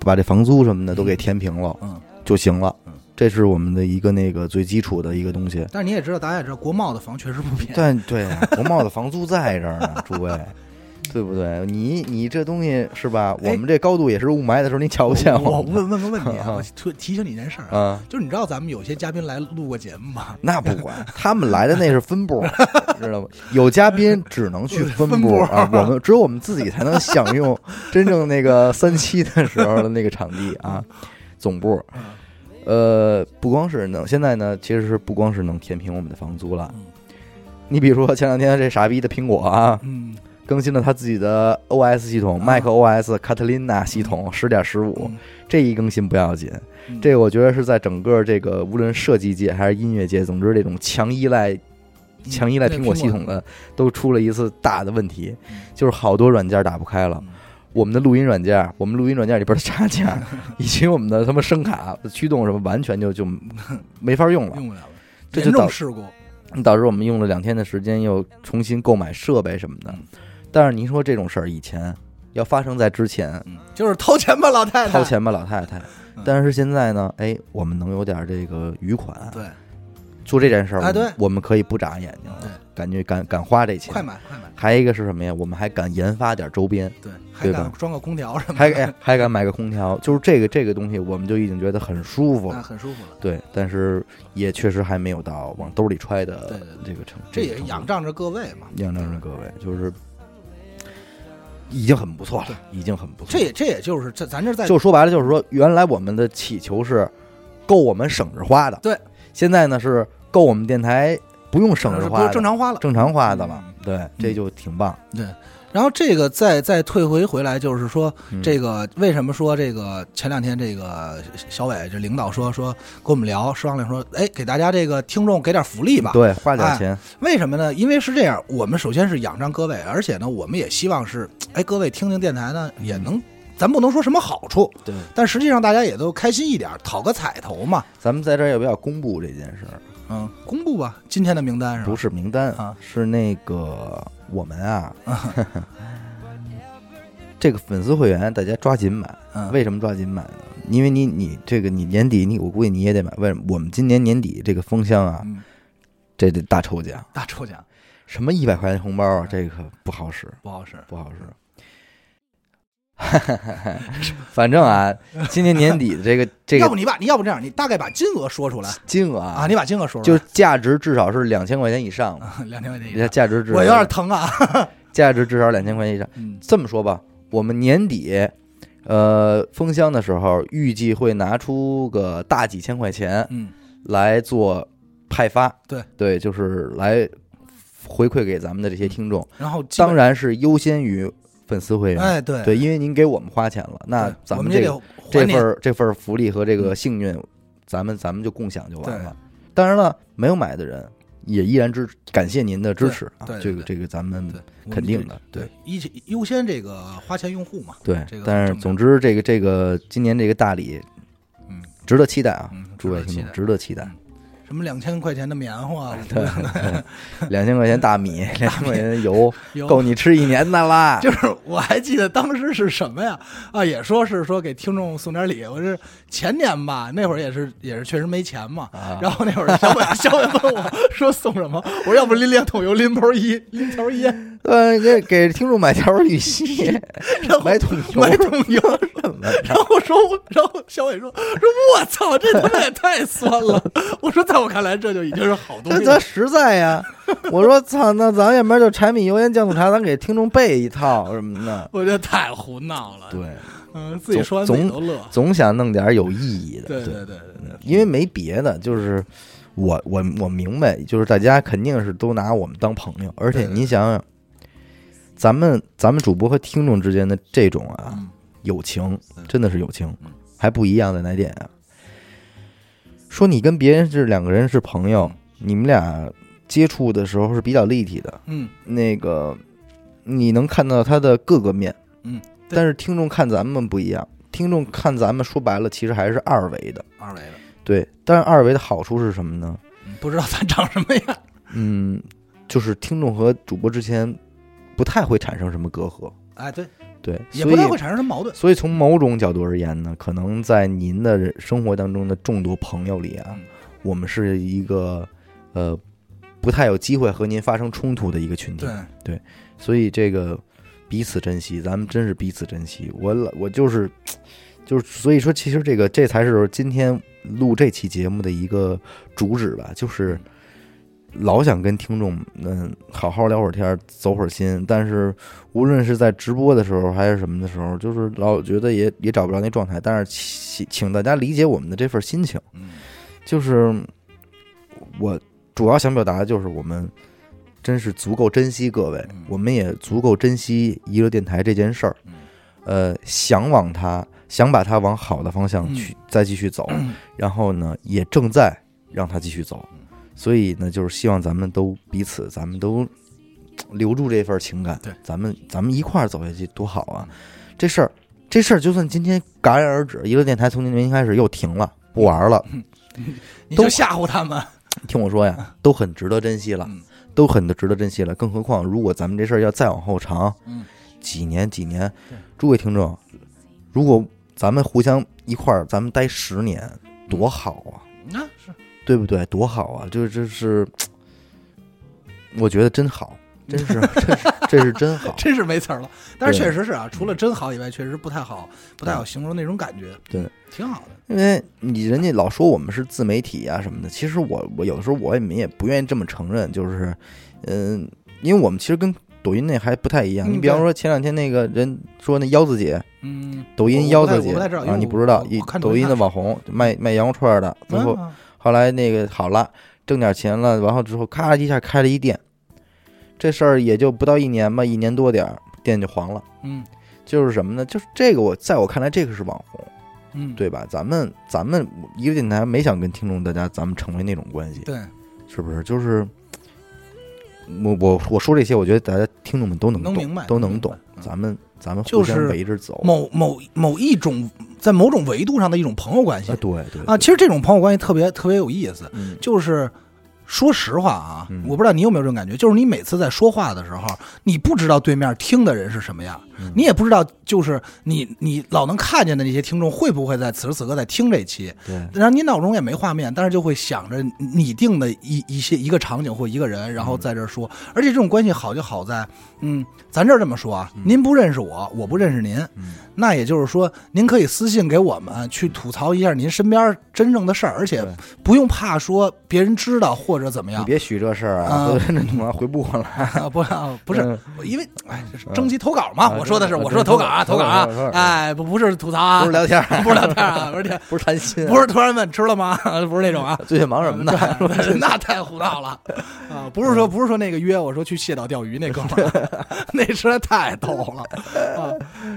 把这房租什么的都给填平了
嗯，
就行了
嗯。
这是我们的一个那个最基础的一个东西。
但是你也知道，大家也知道，国贸的房确实不便宜。
但对 啊，国贸的房租在这儿 呢，诸位，对不对？你你这东西是吧？
哎
我们这高度也是雾霾的时候，你瞧不见
我
我们
问问个问题 啊，
嗯
我提提醒你一件事儿啊，
啊。
就是你知道咱们有些嘉宾来录过节目 吗？
那不管，他们来的那是分部，知道吗？有嘉宾只能去分
分
部
部
啊，我们只有我们自己才能享 用真正那个三期的时候的那个场地啊，总部。呃，不光是能，现在呢，其实是不光是能填平我们的房租了
嗯。
你比如说前两天这傻逼的苹果啊，
嗯，
更新了他自己的 OS 系统
啊
，Mac OS Catalina 系统十点十五
嗯，
这一更新不要紧，
嗯
这我觉得是在整个这个无论设计界还是音乐界，总之这种强依赖。
嗯
强依赖
对
苹果
苹
系
果
统的，都出了一次大的问题
嗯，
就是好多软件打不开了
嗯。
我们的录音软件，我们录音软件里边的插件， 以及我们的他妈声卡、驱动什么，完全就就没法用了。
用不了了，
这就
严
导
重事故。
导致我们用了两天的时间又重新购买设备什么的
嗯。
但是您说这种事儿以前要发生在之前，
嗯， 就是掏钱吧，老太太。
掏。钱吧老太太
嗯。
但是现在呢，哎，我们能有点这个余款，
对，
做这件事儿，
哎对
我们可以不眨眼睛
对
了，感觉敢敢花这
快
钱。
买快买，
还一个是什么呀？我们还敢研发点周边，
对，还
对
敢
吧
装个空调什么
还
的，
哎还敢买个空调，就是这个这个东西，我们就已经觉得很舒服
那
了。
很舒服了。
对，但是也确实还没有到往兜里揣
对
的
对对
这个程度。
这
个
也
程度
仰仗着各位嘛，
仰仗着各位，就是已经很不错了，已经很不错
这
了。
也这也就是这咱这在
就说白了，就是说，原来我们的祈求是够我们省着花的，
对。
现在呢是够我们电台不用省着
是
花
呃不
的，
正常花了。
正常花的了
嗯。
对，这就挺棒。
然后这个再再退回回来，就是说
嗯
这个为什么说这个前两天这个小伟这领导说说跟我们聊商量说，哎，给大家这个听众给点福利吧。哎
对花点钱，
为什么呢？因为是这样，我们首先是仰仗各位，而且呢，我们也希望是，哎，各位听听电台呢，也能，咱不能说什么好处，
对，
但实际上大家也都开心一点，讨个彩头嘛。
咱们在这儿要不要公布这件事儿？
嗯，公布吧，今天的名单是吧？
不
是，
是名单
啊，
是那个我们啊， 这个粉丝会员大家抓紧买。
嗯，
为什么抓紧买呢？因为你你这个你年底你我估计你也得买。为什么？我们今年年底这个封箱啊，
嗯
这得大抽奖，
大抽奖
什么一百块钱红包啊，这个不好使，
不好使，
不好 使。反正啊，今年年底的这个这
要不
个
你把你要不这样，你大概把金额说出来
金额
啊，
啊，
你把金额说出
就
来，
是价值至少是两千块钱以上吧，
两千块钱一张，
价值至少
我有点疼啊。
价值至少两千块钱以上。
嗯，
这么说吧，我们年底，呃，封箱的时候预计会拿出个大几千块钱
嗯，
来做派发，
对
对，就是来回馈给咱们的这些听众，
然后嗯基本
当，然是优先于粉丝会员，
哎，对
对，因为您给我们花钱了，那
对
咱
我
们
这
这个这
得还你
份儿这份儿福利和这个幸运，咱们咱们就共享就完
嗯对
了。当然了，没有买的人也依然支感谢您的支持啊
对，对
这个这个咱们
对
肯定的，对
对，一起优先这个花钱用户嘛，
对
这个，
但是
很
总之，这个这个今年这个大礼
嗯
值得期待啊，
嗯，
诸
值
位
得
听
期
众
待。
值得期待
嗯。什么两千块钱的 棉花，
两千块钱大 米，两千块钱油，
有
够你吃一年的啦。
就是我还记得当时是什么呀？啊，也说是说给听众送点礼。我是前年吧，那会儿也是也是确实没钱嘛。
啊
然后那会儿小伟小伟问我说送什么，我说要不拎两桶油，拎包一拎条烟，
呃，给给听众买条雨 衣，
然后
买桶油，
买桶油。
什么
然后我说我，然后小伟说说我操，这他妈也太酸了。我说在我看来这就已经是好 东
这
西
咱
了。
实在呀！我说操，那咱要不然就柴米油盐酱醋茶，咱给听众备一套什么的。
我觉得太胡闹了，
对，
嗯，自己说完自
总
己都乐。
总想弄点有意义的。
对对对对对，
因为没别的，就是我我我明白，就是大家肯定是都拿我们当朋友，而且
对对
你想想，咱们咱们主播和听众之间的这种啊
嗯
友情
嗯，
真的是友情
嗯，
还不一样在哪点啊？说你跟别人是两个人是朋友，你们俩接触的时候是比较立体的，
嗯，
那个你能看到他的各个面，
嗯，对
但是听众看咱们不一样，听众看咱们说白了其实还是二维的。
二维的。
对，但是二维的好处是什么呢？
嗯不知道咱长什么样。
嗯，就是听众和主播之间不太会产生什么隔阂，
哎，对，
对，
也
所
不太会
以
产生什么矛盾。
所以从某种角度而言呢，可能在您的人生活当中的众多朋友里啊
嗯，
我们是一个呃不太有机会和您发生冲突的一个群体
对，，
所以这个彼此珍惜，咱们真是彼此珍惜。我老我就是就是，所以说，其实这个这才是今天录这期节目的一个主旨吧，就是老想跟听众嗯好好聊会儿天儿，走会儿心，但是无论是在直播的时候还是什么的时候，就是老觉得也也找不着那状态。但是请请大家理解我们的这份心情。
嗯，
就是我主要想表达的就是我们真是足够珍惜各位
嗯，
我们也足够珍惜娱乐电台这件事儿
嗯，
呃，向往它，想把它往好的方
嗯
向去再继续走， 然后呢，也正在让它继续走，
嗯
所以呢，就是希望咱们都彼此，咱们都留住这份情感，
对，嗯
咱们咱们一块儿走下去多好啊！这事儿，这事儿就算今天戛然而止，娱乐电台从今天开始又停了，不玩了。
你就吓唬他们。
听我说呀，都很值得珍惜了
嗯，
都很值得珍惜了。更何况，如果咱们这事儿要再往后长，
嗯
几年几年
对，
诸位听众，
嗯
如果咱们互相一块儿，咱们待十年，多好啊！
那是
对不对？多好啊！就这是，我觉得真好，真是， 真是，这是真好。
真是没词儿了。但是
对
确实是啊，除了真好以外，确实不太好，不太好形容那种感觉。
对，
挺好的。
因为你人家老说我们是自媒体啊什么的，其实我我有的时候我也没也不愿意这么承认，就是，嗯、因为我们其实跟抖音那还不太一样。
嗯
你比方说前两天那个人说那腰子姐，
嗯，
抖音
我
腰
我不太
子姐
我不太知道因为
啊，
我
你不知道
我，
一
我看抖音
抖音的
看
网红卖卖羊肉串的，最后
嗯
后来那个好了，挣点钱了，然后之后咔一下开了一店，这事儿也就不到一年吧，一年多点儿，店就黄了。
嗯
就是什么呢？就是这个我在我看来，这个是网红，
嗯，
对吧？咱们咱们一个电台没想跟听众大家咱们成为那种关系，
对，
是不是？就是我我我说这些，我觉得大家听众们都能
能
懂，
明白
都
能
能
明
懂
白。嗯
咱们咱们互
就是
相围着走，
某某某一种在某种维度上的一种朋友关系
啊，对对
啊。，其实这种朋友关系特别特别有意思，
嗯
就是。说实话啊，
嗯
我不知道你有没有这种感觉，就是你每次在说话的时候，你不知道对面听的人是什么样，
嗯
你也不知道，就是你你老能看见的那些听众会不会在此时此刻在听这期，
对
然后你脑中也没画面，但是就会想着你定的一一些一个场景或一个人，然后在这儿说。
嗯
而且这种关系好就好在，嗯，咱这儿这么说啊，
嗯
您不认识我，我不认识您，那也就是说，您可以私信给我们去吐槽一下您身边真正的事儿，而且
对
不用怕说别人知道或者怎么
你
样。
别许这事儿
啊
啊，都真的他妈回不过来。
啊不啊不是
嗯，
因为哎，这是征集投稿嘛，
啊
我说的是
啊
我
征
说
集
投稿啊，
投
投
稿
稿啊
投稿投，稿
哎，不不是吐槽啊，
嗯不是聊天儿
不是聊天儿啊，不是这
不是谈心，
不是突然问吃了吗？ 不是那种啊，
最近忙什么呢？
对那太胡闹了 啊！不是说不是说那个约我说去蟹岛钓鱼那哥们儿， 那实在太逗了啊！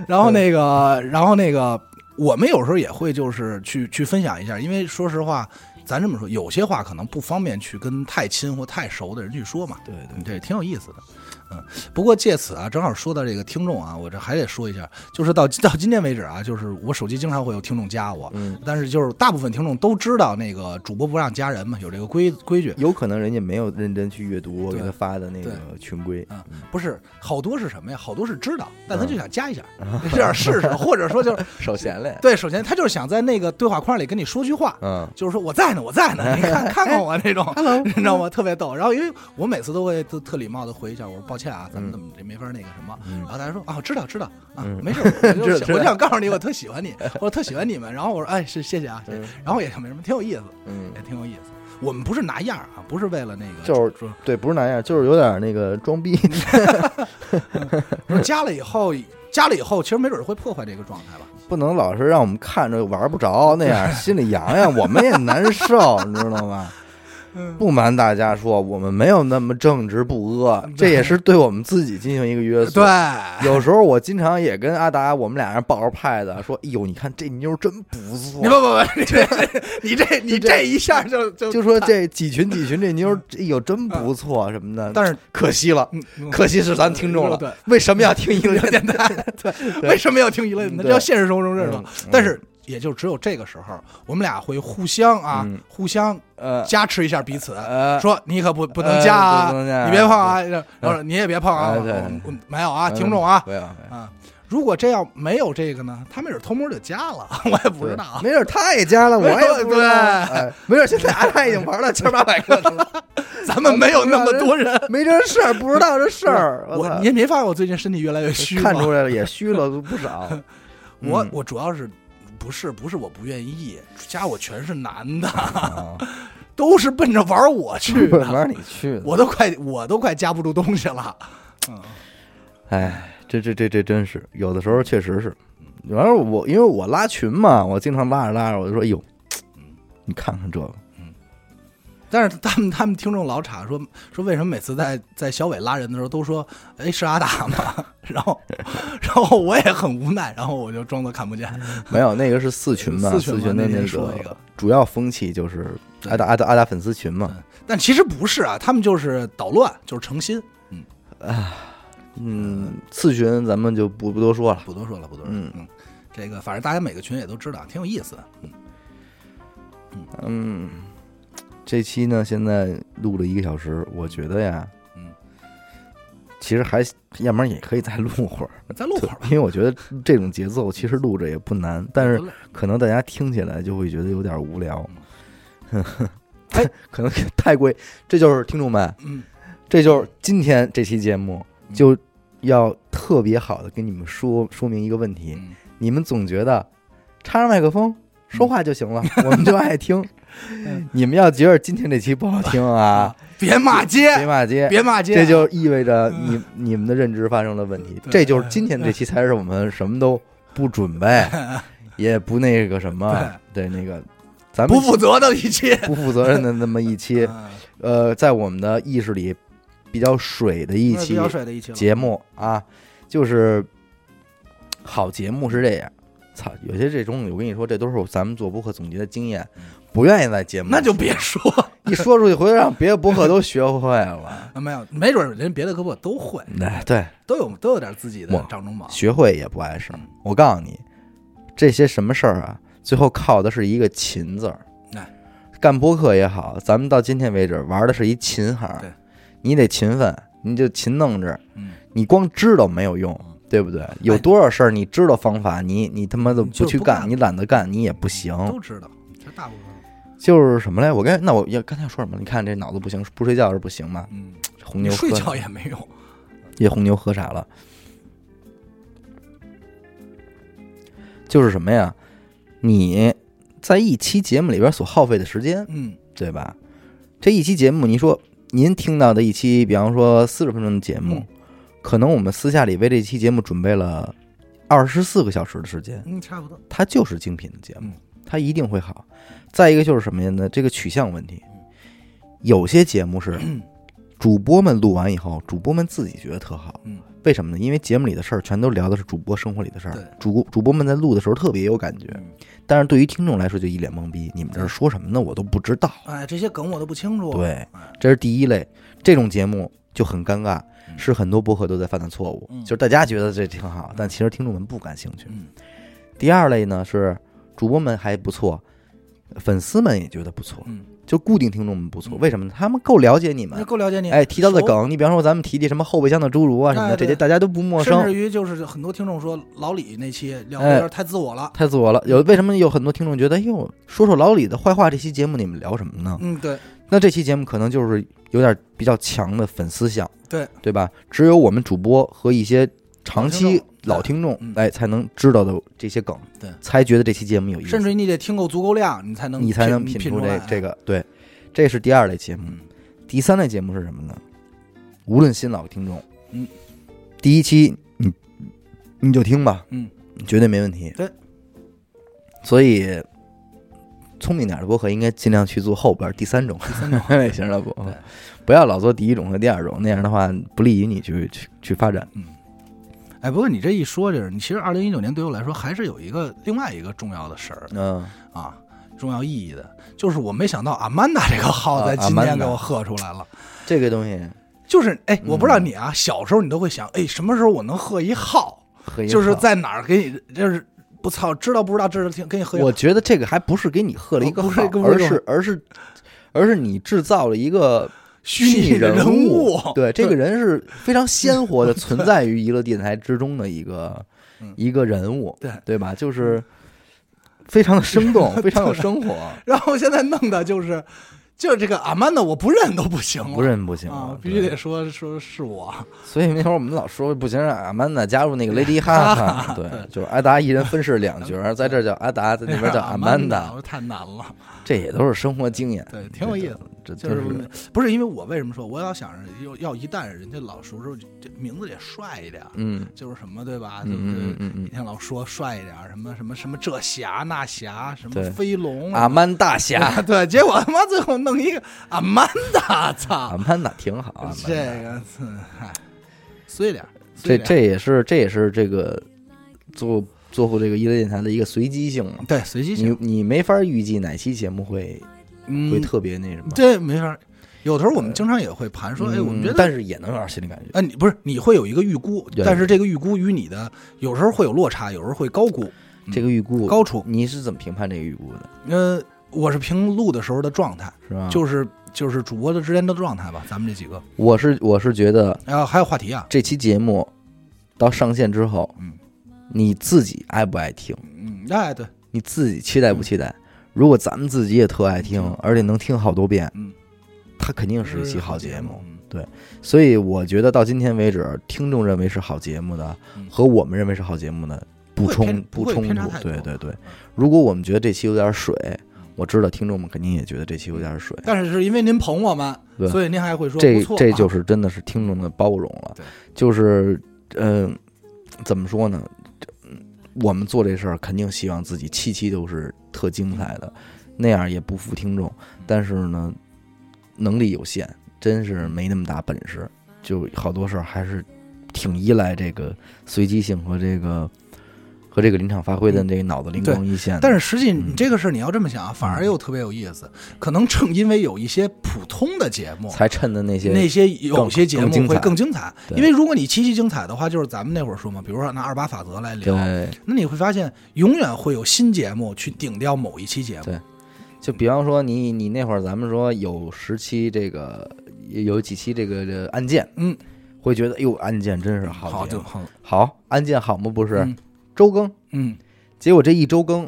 然后那个，然后那个，我们有时候也会就是去去分享一下，因为说实话，咱这么说，有些话可能不方便去跟太亲或太熟的人去说嘛。
对对
嗯，对，挺有意思的。嗯，不过借此啊，正好说到这个听众啊，我这还得说一下，就是到到今天为止啊，就是我手机经常会有听众加我，
嗯，
但是就是大部分听众都知道那个主播不让加人嘛，有这个规规矩。
有可能人家没有认真去阅读我给
对
他发的那个群规，
啊，不是，好多是什么呀？好多是知道，但他就想加一下，这样试试，或者说就是
手闲嘞，
对，首先他就是想在那个对话框里跟你说句话，
嗯，
就是说我在呢，我在 呢，你看看看我那啊种， 你知道吗？特别逗。然后因为我每次都会都特礼貌的回一下，我说抱歉啊，
嗯
咱们怎么也没法那个什么。然后大家说啊，知道知道啊，没事，我
知道嗯
就想
知道
我就想告诉你，我特喜 欢你，我特喜欢你们。然后我说哎，是谢谢啊，谢谢
嗯
然后也没什么，挺有意思，
嗯
也挺有意思。我们不是拿样儿啊，不是为了那个，
就是
说
对，不是那样，就是有点那个装 逼，
说加了以后，加了以后，其实没准会破坏这个状态吧。
不能老是让我们看着玩不着那样，心里痒痒，我们也难受，你知道吗？
嗯，
不瞒大家说，我们没有那么正直不阿，这也是对我们自己进行一个约束。
对，
有时候我经常也跟阿达，我们俩人抱着拍子说：“哎呦，你看这妞儿真不错。”
你不不 不，你这你这你这一下就 就
就说这几群几群这妞 儿，哎呦真不错什么的，
但是
可惜了，
嗯嗯
可惜是咱听众
对
了。为什么要听一个人？
电台， 对，为什么要听娱乐电
嗯
台？这要现实生活中认识到
嗯嗯，
但是也就只有这个时候，我们俩会互相啊
嗯，
互相
呃
加持一下彼此，
呃，
说你可不不能加啊
呃不能加，啊
你别碰啊，然后你也别碰啊，
哎
我
对
们我们没有啊，
嗯
听众啊
不要不要
啊，如果这要没有这个呢，他没准偷摸就加了，我也不知道啊。
没准他也加了，我也不知道。
对
哎没准现在阿泰已经玩了千八百个 了，
咱们没有那么多人。
没这事儿，不知道这事儿。 我
我
操
你也没发现我最近身体越来越虚吗
看？出来了，也虚了不少。嗯
我我主要是不是不是我不愿意，加我全是男的，
啊，
都是奔着玩我 去
不
的，
是玩你去的。
我都快我都快夹不住东西了。
哎，这这这这真是，有的时候确实是。然后我因为我拉群嘛，我经常拉着拉着，我就说：“哎呦，你看看这个。”
但是他们他们听众老查说说为什么每次在在小伟拉人的时候都说哎是阿达吗？ 然后然后我也很无奈，然后我就装作看不见。呃
没有，那个是四嗯群嘛，
四
四
群嘛
群的
那天
那
说一个
主要风气就是阿达阿达阿达粉丝群嘛。
但其实不是啊，他们就是捣乱，就是诚心。
嗯，次群咱们就不不多说了。
不多说了，不多说了。
嗯
嗯，这个反正大家每个群也都知道，挺有意思的。
嗯，这期呢现在录了一个小时，我觉得呀，
嗯，
其实还要不然也可以再录会儿，
嗯再录会儿吧
因。为我觉得这种节奏其实录着也
嗯
不难，但是
不累嗯
可能大家听起来就会觉得有点无聊。太哎可能太贵。这就是听众们，
嗯，
这就是今天这期节目就要特别好的跟你们说说明一个问题：
嗯
你们总觉得插上麦克风说话就行 了，我们就爱听。
嗯
你们要觉得今天这期不好听啊，
别骂
别
街，
骂街，
别骂街，
这就意味着你你们的认知发生了问题。
对
这就是今天这期才是我们什么都不准 备，也不那个什么，对那个，咱们
不负责的一切。
不负责任的那么一期，
嗯
呃，在我们的意识里比较水的一
那比
期
较水的一期了，
节目啊，就是好节目是这样。操，有些这种我跟你说，这都是咱们做播客总结的经验，不愿意在节目
嗯那就别 说，
一说出去，回头让别的播客都学会 了。
啊没有，没准儿人别的胳膊都会，
哎，对，
都有都有点自己的
我
掌中宝。
学会也不碍事儿
嗯。
我告诉你，这些什么事儿啊，最后靠的是一个“勤”字儿
哎。
干播客也好，咱们到今天为止玩的是一琴行
对，
你得勤奋，你就勤弄着，
嗯，
你光知道没有用
嗯，
对不对？有多少事儿你知道方法，你你他妈的
你就是
去
不
干，
干
你懒得干，你也不行。
嗯都知道，这大部分，
就是什么来？我该那我要刚才要说什么？你看这脑子不行，不睡觉是不行嘛？
嗯，
红
你
牛
睡
喝
觉也没用，
这红牛喝傻了，就是什么呀？你在一期节目里边所耗费的时间，
嗯
对吧？这一期节目，您说您听到的一期，比方说四十分钟的节目，
嗯
可能我们私下里为这期节目准备了二十四个小时的时间，
嗯，差不多，
它就是精品的节目
嗯，
它一定会好。再一个就是什么呀呢？这个取向问题，有些节目 是主播们录完以后，主播们自己觉得特好，
嗯，
为什么呢？因为节目里的事儿全都聊的是主播生活里的事
对
儿，主主播们在录的时候特别有感觉，
嗯
但是对于听众来说就一脸懵逼，你们这是说什么呢？我都不知道。
哎，这些梗我都不清楚。
对
哎，
这是第一类，这种节目就很尴尬，
嗯
是很多播客都在犯的错误，
嗯
就是大家觉得这挺好，但其实听众们不感兴趣。
嗯
第二类呢是主播们还不错，粉丝们也觉得不错，
嗯，
就固定听众们不错，
嗯
为什么呢？他们够了解你
那
们。
够了解你。
哎，提到的
熟，
梗，你比方说咱们提提什么后备箱的侏儒啊什么的，
哎
这
对
些大家都不陌生
甚。至于就是很多听众说老李那期聊
哎
的有点太自我了。
太自我了。有为什么有很多听众觉得，哎呦，说说老李的坏话，这期节目你们聊什么呢？
嗯，对，
那这期节目可能就是有点比较强的粉丝向，
对
对吧？只有我们主播和一些长期老
老
听
听
众
嗯，
哎，才能知道的这些梗，
对
才觉得这期节目有意思，
甚至于你得听够足够量，你才能
你才能
品
品出这
来
这。个。对，这是第二类节目。
嗯
第三类节目是什么呢？无论新老听众，
嗯，
第一期你你就听吧，
嗯，
绝对没问题。
对，
所以聪明点的播客应该尽量去做后边儿第三种，第 三种类型的播客
对，
不要老做第一种和第二种，那样的话不利于你去去去发展。
哎，不过你这一说，就是你其实二零一九年对我来说还是有一个另外一个重要的事儿
嗯、
啊，重要意义的，就是我没想到阿曼达这个号在
啊
今年
Amanda
给我喝出来了。
这个东西
就是哎，我不知道
嗯
你啊，小时候你都会想，哎，什么时候我能喝一号？
和一
就是
号
在哪儿给你，就是不操，知道不知道，知道听跟你喝一
我
号。
觉得这个还不是给你喝了一个
不是
号，
不是
而
这
是而是而是你制造了一个
虚拟
人
人物
对，这
对
个人是非常鲜活的存在于 娱乐电台之中的一个
嗯
一个人物，
对嗯
对吧？就是非常的生动， 非常有生活，
然后现在弄的就是，就是这个阿曼的，我不认都不行了，
不认不行
啊
了，，
必须
对
得说说是我。
所以那会儿我们老说不行，让阿曼达加入 那个 Lady 哈哈，对，就是阿达一人分饰两角，在这儿叫阿达，在那 边叫
哎
阿曼
达，我
达，
说太难了，
这也都是生活经验，
对，挺有意思。
这
就
真
是
是
不是因为我为什么说我老想着要要一旦人家老熟时候，这名字得帅一点，
嗯
就是什么啊对吧？
嗯
就是
嗯嗯嗯
一天老说帅一点，什么什么什么这侠那侠，什么
对
飞龙
嗯， 阿曼大侠，
啊，对，结果他妈最后弄一个阿曼达，
阿
操，
曼达啊挺好，阿曼达
这个嗯嗨，衰点儿，
这
衰点儿
这也是这也是这个做做过这个娱乐电台的一个随机性嘛。
对随机
你
性，
你没法预计哪期节目会会
嗯，
特别那什么，
这没法儿。有的时候我们经常也会盘说，哎，我们
呃嗯
觉得
但是也能有点心理感觉。
哎，你不是你会有一个预估
对，
但是这个预估与你的有时候会有落差，有时候会高估。嗯
这个预估
高处
你是怎么评判这个预估的？
呃，我是凭录的时候的状态，
是吧？
就是就是主播的之间的状态吧，咱们这几个。
我是我是觉得
然后还有话题啊，
这期节目到上线之后，
嗯
你自己爱不爱听，
嗯，哎对，
你自己期待不期待？如果咱们自己也特爱听
嗯，
而且能听好多遍，
嗯，
它肯定是一期好节目。
嗯
所以我觉得到今天为止，听众认为是好节目的
嗯
和我们认为是好节目的不
会
冲
偏
不
不会
冲
偏差
突
太。
对
多
对对，如果我们觉得这期有点水，我知道听众们肯定也觉得这期有点水。
嗯但是是因为您捧我们
对，
所以您还会说
这
不错啊
这就是真的是听众的包容了
对，
就是嗯、怎么说呢？我们做这事儿肯定希望自己期期都是特精彩的，那样也不负听众。
嗯
但是呢，能力有限，真是没那么大本事，就好多事儿还是挺依赖这个随机性和这个和这个临场发挥的这个脑子灵光一现的。
嗯但是实际你
嗯
这个事儿你要这么想啊，反而又特别有意思。可能正因为有一些普通的节目，
才趁的那些
那些有些节
更更精
目
彩
会更精彩。
对
因为如果你期期精彩的话，就是咱们那会儿说嘛，比如说拿二八法则来聊，
对。
那你会发现永远会有新节目去顶掉某一期节目
对。就比方说你你那会儿咱们说有十期这个有有几期这个这个案件，
嗯，
会觉得哟哎案件真是好
好
节
就
目
好，
好案件好吗？不是
嗯
周更，
嗯，
结果这一周更，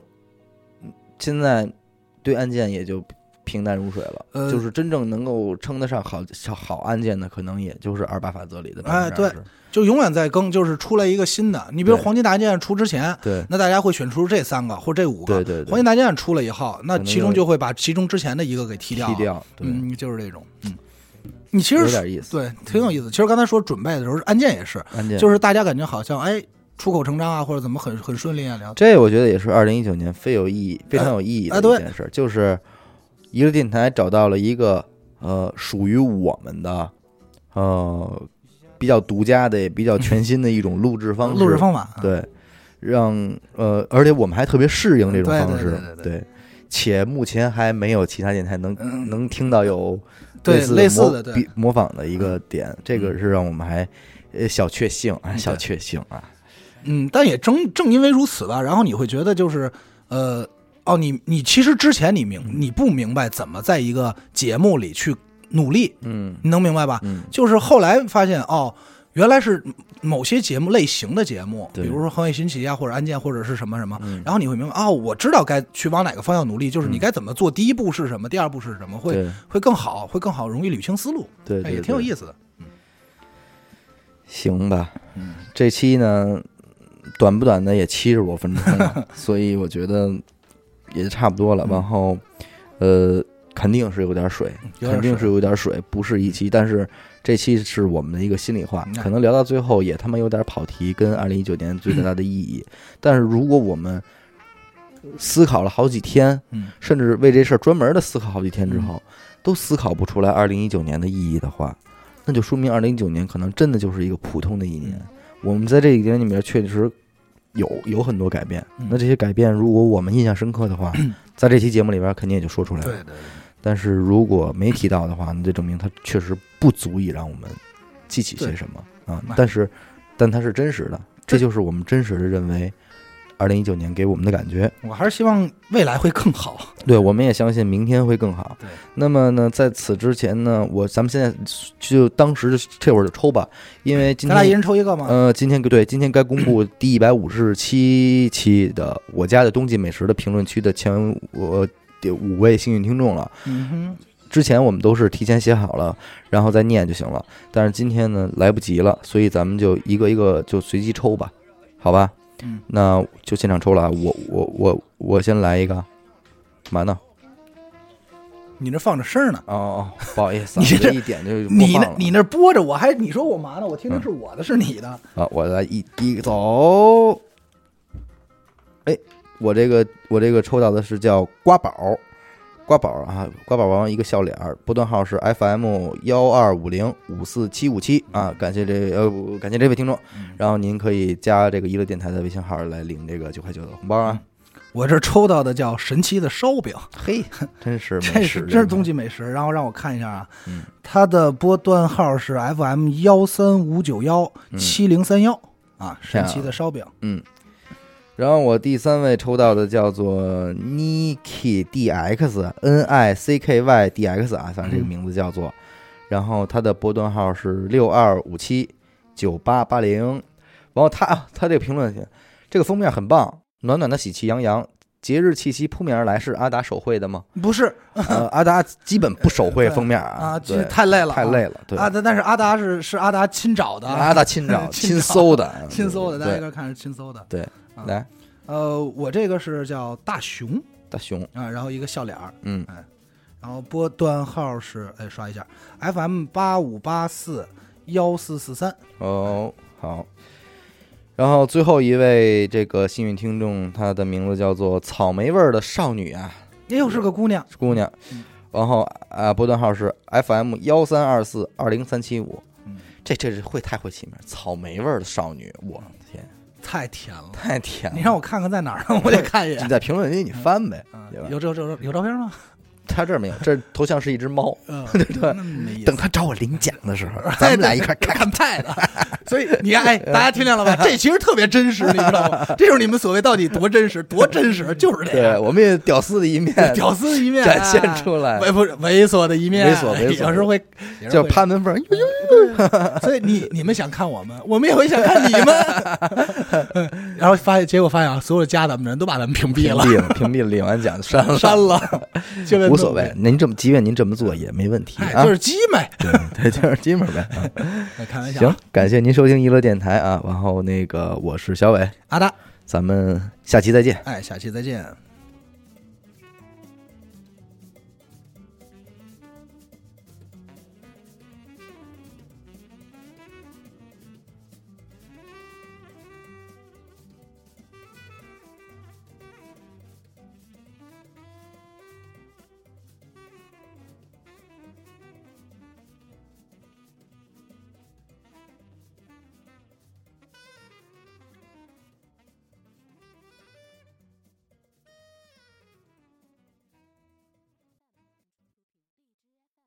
嗯现在对案件也就平淡如水了。
呃
就是真正能够称得上好好案件的，可能也就是二八法则里的
哎
百分之二十
就永远在更，就是出来一个新的。你比如
对
黄金大件出之前，
对
那大家会选出这三个或这五个。
对对对
黄金大件出了以后，那
可能
其中
又
就会把其中之前的一个给踢掉了。
踢掉，对，
嗯，就是这种。嗯，你其
有
实
点意思。嗯
对挺有意思。其实刚才说准备的时候，案件也是，
案件
就是大家感觉好像哎出口成章啊，或者怎么很很顺利啊，聊
这我觉得也是二零一九年非有意义、非常有意义的
哎对
一件事，就是一个电台找到了一个呃属于我们的呃比较独家的、也比较全新的一种录制方式。
录制方法。嗯
对，让呃，而且我们还特别适应这种
对
方
对
式，
对对对
且目前还没有其他电台能、
嗯
能听到有
对
似
类似
模
的对嗯
比模仿的一个点，这个是让我们还呃小确幸啊，小
对
确幸啊，
嗯，但也正正因为如此吧，然后你会觉得就是呃哦，你你其实之前你明你不明白怎么在一个节目里去努力，
嗯
你能明白吧？
嗯，
就是后来发现哦，原来是某些节目类型的节目，比
对
如说《行业新奇》啊，或者《案件》，或者是什么什么，
嗯
然后你会明白哦，我知道该去往哪个方向努力，就是你该怎么做，第一步是什么，第二步是什么，会
对
会更好，会更好，容易捋清思路，
对
哎
对，
也挺有
对
意思的。
行吧，
嗯
这期呢，短不短的也七十多分钟 了，所以我觉得也差不多了。
嗯
然后，呃，肯定是有点水，
有点水
肯定是有点水，不是一期，但是这期是我们的一个心里话
嗯，
可能聊到最后也他妈有点跑题，跟二零一九年最大的意 义。但是如果我们思考了好几天，
嗯
甚至为这事儿专门的思考好几天之后，都思考不出来二零一九年的意义的话，那就说明二零一九年可能真的就是一个普通的一年
嗯。
我们在这一年里面确实有有很多改变
嗯，
那这些改变如果我们印象深刻的 话，在这期节目里边肯定也就说出来
对
了。
对对，
但是如果没提到的话，那就证明它确实不足以让我们记起些
对
什么啊
那。
但是，但它是真实的，这
对
就是我们真实的认为。二零一九年给我们的感觉，
我还是希望未来会更好。
对，我们也相信明天会更好。
对，
那么呢，在此之前呢，我咱们现在就当时这会儿就抽吧，因为今
咱俩一
天
人抽一个吗？
呃，今天对今天该公布第一百五十七期的我家的冬季美食的评论区的前我第五位幸运听众了。
嗯哼，
之前我们都是提前写好了，然后再念就行了。但是今天呢，来不及了，所以咱们就一个一个就随机抽吧，好吧？
嗯，
那就现场抽了啊。我我我我先来一个，干嘛呢？
你这放着声儿呢。
哦，哦，不好意思啊，
你
我这
这
一点就播
你那
放，了嗯
你那播着，我还你说我嘛呢？我听听是我的，是你的。
啊，我来一一个走。哎，我这个我这个抽到的是叫瓜宝，瓜宝啊，瓜宝王一个笑脸儿，波段号是 FM 幺二五零五四七五七啊，感谢这呃感谢这位听众，
嗯
然后您可以加这个娱乐电台的微信号来领这个九块九的红包啊，
我这抽到的叫神奇的烧饼，
嘿，真是
这
美
是
食，
真是冬季美食。然后让我看一下啊，
嗯
它的波段号是 FM 幺三五九幺七零三幺啊，神奇的烧饼。
嗯，然后我第三位抽到的叫做 Niki DX N I C K Y D X 啊，反正
嗯
这个名字叫做，然后他的波段号是六二五七九八八零，然后他啊他这个评论写这个封面很棒，暖暖的喜气洋洋。节日气息扑面而来，是阿达手绘 的吗？
不是
呃，阿达基本不手绘封面
啊，这
对，
太累了啊，
太累了，对，
阿达，但是阿达是是阿达亲找的啊，
阿达亲找
亲
亲
找
搜的，
亲搜的，大家应
对
该看是亲搜的。
对
啊，
来
呃，我这个是叫大熊
大熊，
啊，然后一个笑脸儿，
嗯
然后波段号是哎刷一下，FM 八五八四幺四四三，
哦好。然后最后一位这个幸运听众，她的名字叫做草莓味儿的少女啊，
哎呦是个姑娘，
是姑娘
嗯，
然后啊，波段号是 FM 幺三二四二零三七五
嗯，
这这是会太会起名儿，草莓味儿的少女，我的天，
太甜了。
太甜了！
你让我看看在哪儿，我得看一
你
眼。
在评论区你翻呗，
嗯
对吧
有这有这有照片吗？
他这儿没有，这头像是一只猫。
嗯， 对对，那么没意思
等他找我领奖的时候， 咱们俩一块儿看。嗯
看派的，所以你看，哎，大家听见了 吧？这其实特别真实，你知道吗？这就是你们所谓到底多真实，多真实，就是这
对，
样，
我们也屌丝的一面，
屌丝的一面
展现出来
哎、猥不是猥琐的一面，
猥琐猥琐
有时候会，有时
就是
候会
趴门缝儿，呦呦
所以你你们想看我们，我们也会想看你们， 然后发现结果发现啊，所有加咱们的人都把咱们屏蔽
屏
了，
蔽了，屏蔽了，领完奖就删了，
删了，就被
无所谓。啊您这么，即便您这么做也没问题
哎，
啊
就。是鸡妹，
对， 就是基本呗。 啊
哎开玩笑，
行，，感谢您收听娱乐电台啊，然后那个我是小伟，
阿达，
咱们下期再见。
哎，下期再见。